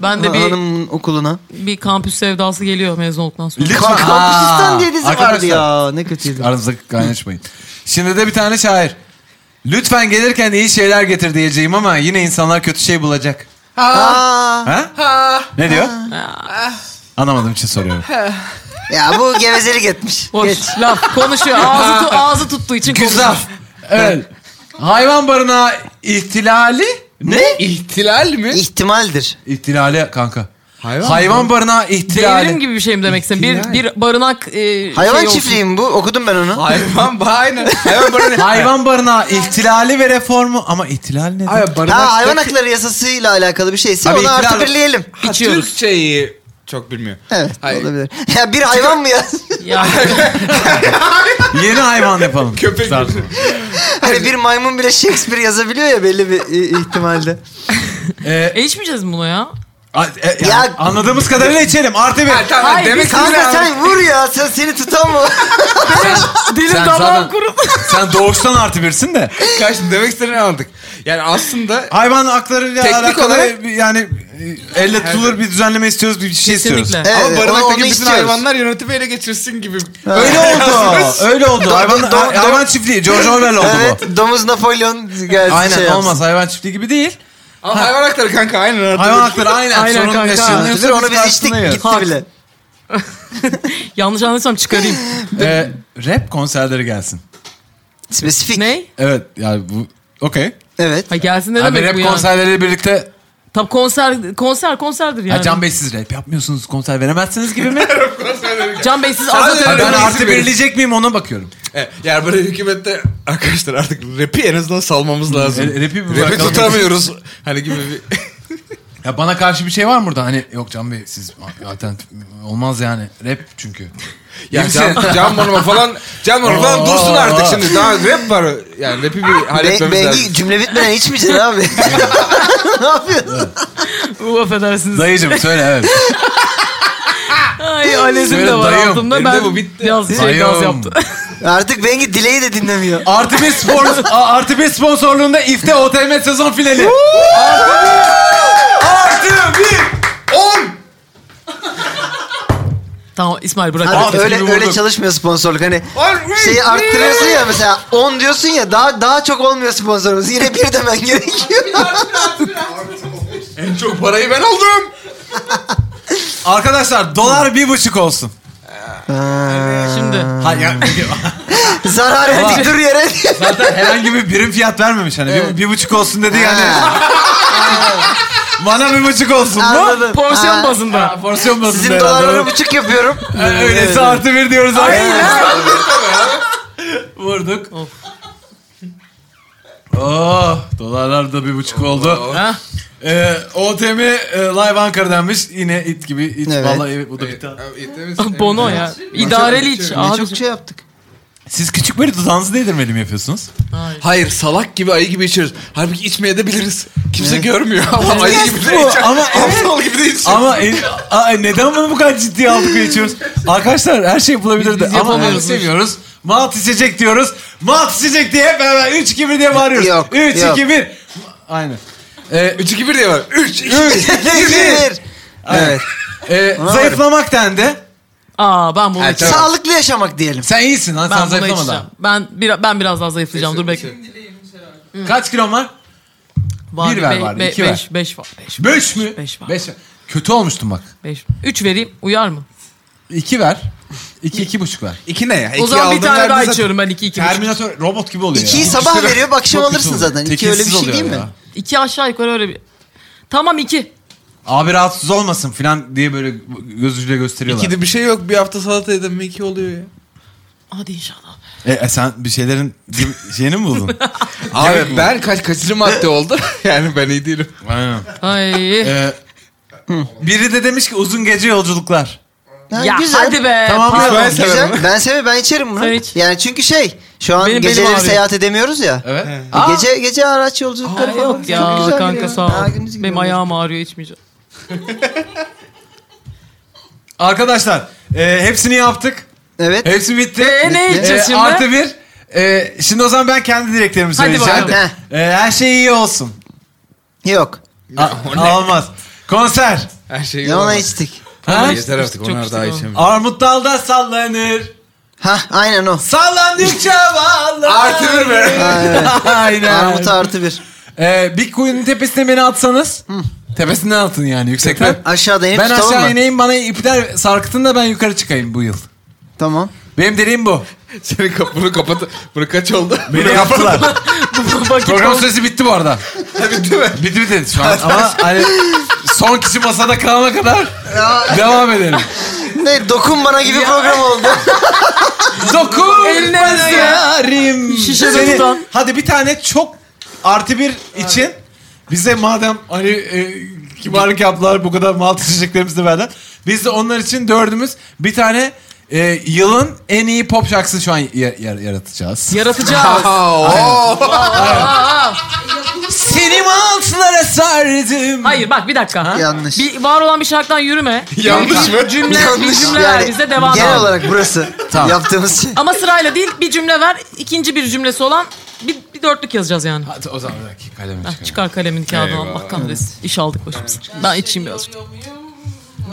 E: Ben de
C: Ha-
E: bir
C: Hanımın okuluna.
E: bir kampüs sevdası geliyor mezun olduktan sonra.
B: Lütfen.
C: Ka- Kampüsistan
B: Aa,
C: diye dizi
B: arkadaşlar,
C: vardı ya. Ne kötüydü.
B: Aranızda kaynaşmayın. Şimdi de bir tane şair. Lütfen gelirken iyi şeyler getir diyeceğim ama yine insanlar kötü şey bulacak.
C: Aa.
B: Ha? Ne diyor? Ah. Anlamadığım için soruyorum.
C: Ya bu gevezelik etmiş.
E: Boş
C: Geç.
E: laf konuşuyor. Ağzı, tu- ağzı tuttuğu için konuşuyor.
B: Güzel. Evet. Hayvan barınağı ihtilali ne?
D: İhtilal mi?
C: İhtimaldir.
B: İhtilali kanka.
D: Hayvan
B: Hayvan barınağı ihtilali.
E: Devrim gibi bir şey mi demek istedim? Bir,
D: İhtilal.
E: bir barınak e,
C: Hayvan
E: şey olsun.
C: çiftliği mi bu? Okudum ben onu.
D: Hayvan ba- aynen. Hayvan barınağı.
B: Hayvan barınağı ihtilali ve reformu ama ihtilal ne? demek?
D: Hayır, barınak.
C: Ha hayvan hakları yasasıyla alakalı bir şeyse
B: Abi
C: onu
B: itiraf-
C: artı birleyelim.
D: Ha,
E: İçiyoruz.
D: Türkçeyi çok bilmiyor.
C: Evet
D: Hayır.
C: olabilir. Ya bir hayvan mı ya?
E: Ya,
B: Yeni hayvan yapalım.
D: Köpek
B: Sarp.
C: hani bir maymun bile Shakespeare yazabiliyor ya belli bir i- ihtimalde.
B: Ee,
E: e, içmeyeceğiz mi bunu ya?
B: A- e-
C: Ya-
B: anladığımız kadarıyla içelim. Artı bir.
D: Ha, tamam
E: Hayır,
D: demek
E: biz-
D: ki
C: Kanka sen vur ya sen seni tutan mı?
E: Dilim
B: sen
E: damağım
B: zaten-
E: kurudu.
B: Sen doğuştan artı birsin de.
D: kaç demek istediğini anladık. Yani aslında
B: Hayvan haklarıyla
D: Teknik
B: alakalı
D: olarak-
B: bir- yani e, elle tutulur bir düzenleme istiyoruz, bir şey istiyoruz.
E: Kesinlikle.
C: Evet,
D: ama
C: onu- onu
D: barınaktaki bütün
C: istiyoruz.
D: hayvanlar yönetimi ele geçirsin gibi.
B: Öyle oldu. öyle oldu. hayvan,
C: do- do-
B: hayvan çiftliği. George Orwell oldu bu.
C: Evet domuz Napolyon geldi
B: Aynen
C: şey yapsın.
B: olmaz. Hayvan çiftliği gibi değil.
D: Ama hayvan hakları kanka aynen artık.
B: Hayvan hakları aynen.
E: Aynen
B: Sorun
E: kanka.
B: yaşanıyorsa
C: Bilir, onu biz içtik
B: karşısındayız.
C: gitti bile.
E: Yanlış anlarsam çıkarayım.
B: Ee, rap konserleri gelsin.
C: Spesifik.
E: ne?
B: Evet yani bu okey.
C: Evet.
E: Ha gelsin ne
B: Abi
E: demek bu
B: rap
E: yani?
B: konserleriyle birlikte
E: Tabii konser, konser konserdir yani.
B: ha, Can Bey siz rap yapmıyorsunuz konser veremezsiniz gibi mi?
E: Can Bey siz
D: Sadece
E: azat
B: Ha, ben
D: Veremezsin
B: artı
D: benim.
B: birleyecek miyim ona bakıyorum.
D: E, yani böyle hükümette arkadaşlar artık rapi en azından salmamız lazım.
B: E, rapi
D: rapi,
B: bırakalım.
D: tutamıyoruz. hani gibi bir...
B: Ya bana karşı bir şey var mı burada? Hani yok Can Bey siz zaten olmaz yani. Rap çünkü.
D: ya can, can Bonomo falan Can Bonomo falan dursun artık şimdi. Daha rap var. Yani rapi bir
C: Be-
D: halletmemiz lazım.
C: Bengi cümle bitmeden içmeyeceksin abi. ne yapıyorsun?
E: Uf affedersiniz.
B: Dayıcım söyle evet.
E: Ay alezim
B: Söyle
E: de var
B: dayım.
E: altımda.
D: Benim de
E: Ben
D: bu bitti.
E: Yaz, şey,
B: Dayım.
E: gaz yaptı.
C: Artık Bengi dileği de dinlemiyor.
B: Artı bir spor, A- artı bir sponsorluğunda İFTE OTM sezon finali. artı bir.
E: tamam İsmail bırak.
C: Abi
B: Abi,
C: öyle
B: seni
C: öyle
B: vurduk.
C: çalışmıyor sponsorluk. Hani şeyi arttırıyorsun ya mesela 10 diyorsun ya daha daha çok olmuyor sponsorumuz. Yine bir demen gerekiyor.
D: En çok parayı ben aldım.
B: Arkadaşlar dolar bir buçuk olsun.
E: Şimdi.
B: Ha, ya,
C: Zarar ettik dur yere.
B: zaten herhangi bir birim fiyat vermemiş. Hani bir, bir buçuk olsun dedi yani. hani. Bana bir buçuk olsun bu.
C: Anladım.
E: Porsiyon
C: Aa,
E: bazında.
B: Porsiyon bazında
C: Sizin
B: herhalde.
C: dolarları buçuk yapıyorum.
B: Ha, Öyleyse artı bir diyoruz. arkadaşlar. Vurduk. Oh, dolarlar da bir buçuk oldu.
E: Ha?
B: Ee, OTM e, Live Ankara'danmış. Yine it gibi iç.
C: Evet.
B: Vallahi evet, bu da bir tane.
E: Bono ya. İdareli iç.
C: Ne
E: Abi.
C: çok şey yaptık.
B: Siz küçük bir dudağınızı değdirmeli mi yapıyorsunuz?
D: Hayır salak gibi ayı gibi içiyoruz. Halbuki içmeye de biliriz. Kimse görmüyor ama ayı gibi de
B: bu,
D: içiyoruz.
B: ama-
D: aptal gibi de içiyoruz.
B: Ama en- Aa, neden bunu bu kadar ciddiye aldık ve içiyoruz? Arkadaşlar her şey yapılabilir de
E: Biz
B: ama
E: yapamıyoruz.
B: onu seviyoruz. Malt içecek diyoruz. Malt içecek diye hep beraber 3 2 1 diye bağırıyoruz.
C: Yok,
B: 3
C: yok.
B: 2 1. Aynen. Ee,
D: 3 2 1 diye var. 3 2
C: Gelir. Evet.
B: e, zayıflamak dendi.
E: Aa ben bunu
D: Ha,
E: içeceğim.
D: tamam.
C: Sağlıklı yaşamak diyelim.
B: Sen iyisin lan sen
E: Ben bunu
B: zayıflama
E: içeceğim.
B: da.
E: Ben, bir, ben biraz daha zayıflayacağım. Dur bekle.
B: Kaç kilon var?
E: Var,
B: Bir ver
E: be-
B: bari,
E: be-
B: iki ver.
E: beş, beş var. Beş,
B: 5 mü?
E: Beş var.
B: Beş. Kötü olmuştum bak.
E: beş. Üç vereyim. Uyar mı?
B: 2 ver. 2 iki, 2,5 ver.
D: 2 ne ya?
E: o
D: İki
E: zaman bir
D: aldım
E: tane
D: verdim
E: daha
D: zaten.
E: içiyorum ben. iki, iki, buçuk.
B: Terminator robot gibi oluyor
C: İkiyi
B: ya.
C: sabah
B: İkisi de-
C: veriyor, akşam
B: Çok kötü
C: alırsın
B: oluyor.
C: zaten. İki öyle bir
B: Tekinsiz
C: şey
B: oluyor
C: değil
B: ya.
C: mi?
E: İki aşağı yukarı öyle bir. Tamam iki.
B: Abi rahatsız olmasın falan diye böyle gözüyle gösteriyorlar.
D: İki de bir şey yok. Bir hafta salata yedim. iki oluyor ya.
E: Hadi inşallah.
B: E, e, sen bir şeylerin şeyini mi buldun?
D: Abi ben kaç kaçıncı madde oldu? yani ben iyi değilim.
B: Aynen.
E: Ay.
B: E, biri de demiş ki uzun gece yolculuklar.
C: Ha,
E: ya
C: güzel.
E: hadi be.
B: Tamam,
E: pardon.
B: ben
C: Güzel. Ben severim ben içerim bunu.
E: Sen iç.
C: Yani çünkü şey şu an
E: Benim- benim
C: geceleri
E: abi.
C: seyahat edemiyoruz ya.
B: Evet.
C: E, Gece gece araç yolculukları
E: Ay,
C: falan.
E: yok ya
C: güzel
E: kanka
C: geliyor.
E: sağ ol.
C: Daha gündüz gibi
E: Benim
C: oluyor.
E: ayağım ağrıyor içmeyeceğim.
B: Arkadaşlar e, hepsini yaptık.
C: Evet.
B: Hepsi bitti.
E: E, ne
B: Bitti.
E: içeceğiz şimdi?
B: Artı bir. E, şimdi o zaman ben kendi dileklerimi
E: Hadi
B: söyleyeceğim.
E: bakalım.
B: E, her şey iyi olsun.
C: Yok.
B: A- olmaz. Konser.
D: Her şey
C: Ne ona
D: olamaz.
C: içtik.
B: Ha?
D: Yeter artık.
E: Çok
D: Onlar
E: içtik
D: daha
E: oğlum.
D: içemiyor.
B: Armut dalda sallanır.
C: Ha aynen o.
B: Sallandıkça bağlanır.
D: Artı bir mi?
C: evet.
B: Aynen.
C: Armut artı bir.
B: Ee, Big Queen'in tepesine beni atsanız. Tepesinden atın yani yüksekten.
C: Aşağıda inip
B: Ben
C: tutalım
B: aşağı
C: mı?
B: ineyim bana ipler sarkıtın da ben yukarı çıkayım bu yıl.
C: Tamam.
B: Benim dileğim bu.
D: Senin kapını kapat. Bunu kaç oldu?
B: Beni yaptılar.
E: Vakit
B: Program
E: oldu.
B: süresi bitti bu arada.
D: Bitti mi?
B: Bitti bitti şu an ama hani son kişi masada kalana kadar devam edelim.
C: Ne dokun bana gibi program oldu.
B: Dokun
E: Eline
B: bana
E: yazıyor.
B: yarim.
E: Şişe
B: Seni-
E: tutan.
B: Hadi bir tane çok artı bir için bize madem hani e, kibarlık yaptılar bu kadar mal içeceklerimizi de verdiler. Biz de onlar için dördümüz bir tane e, yılın en iyi pop şarkısını şu an ya- ya- yaratacağız.
E: Yaratacağız.
B: Seni mantılara sardım.
E: Hayır bak bir dakika.
C: Yanlış.
E: Bir, var olan bir şarkıdan yürüme.
D: Yanlış mı?
E: Cümle,
C: Yanlış
E: cümle ver bize devam
C: Genel
E: edelim.
C: olarak burası yaptığımız şey.
E: Ama sırayla değil bir cümle ver. ikinci bir cümlesi olan bir, bir dörtlük yazacağız yani.
B: Hadi o zaman bir dakika kalemi
E: Heh,
B: çıkarayım.
E: çıkar kalemin kağıdını Allah kahretsin. İş aldık başımıza. Ben içeyim birazcık.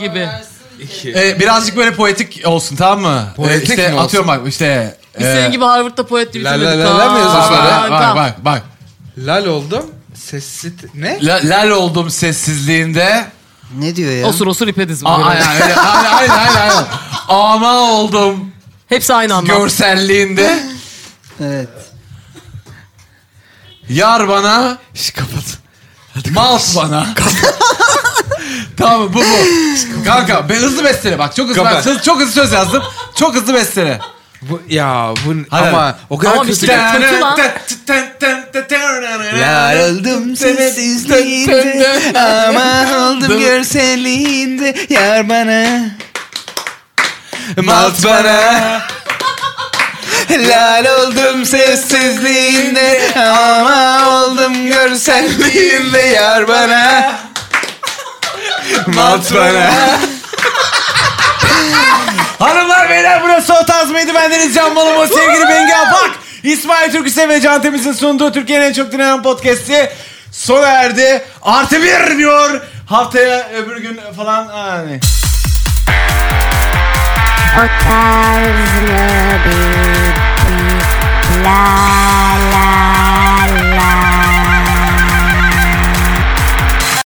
E: Gibi.
B: E, birazcık böyle poetik olsun tamam mı?
D: Poetik
B: E, işte
D: mi olsun?
B: atıyorum bak işte.
E: Biz
B: e,
E: senin gibi Harvard'da poet gibi
D: la la
E: türedik.
D: la la mı
E: Aa,
D: yazıyorsun
E: aa,
B: Bak bak
E: tamam.
B: bak. bak.
D: Lal oldum. Sessiz... Ne?
B: La- lal oldum sessizliğinde.
C: Ne diyor ya?
E: Osur osur ipediz bu.
B: Aa, aynen öyle. Aynen aynen aynen. aynen. Ama oldum
E: Hepsi aynı anlamda.
B: görselliğinde.
C: Evet.
B: Yar bana,
D: Şş, kapat.
B: mouse bana. tamam bu bu. Kanka ben hızlı bestele bak çok hızlı.
D: Kapat.
B: ben söz- çok hızlı söz yazdım. Çok hızlı bestele.
D: Bu, ya bu
B: Hadi
D: ama
B: hadi.
D: o kadar
E: Ama bir
D: kötü.
E: şey-
B: hani
E: kötü lan.
D: Lal oldum sessizliğinde ama oldum görselliğinde yar bana malt bana Lal oldum sessizliğinde ama oldum görselliğinde yar bana malt bana
B: Hanımlar beyler burası o tarz mıydı? Bendeniz Can Balamo, sevgili Bengi Apak. İsmail Türküse ve Can Temiz'in sunduğu Türkiye'nin en çok dinlenen podcast'i sona erdi. Artı bir diyor. Haftaya öbür gün falan hani.
G: O tarz mı bir bir laf?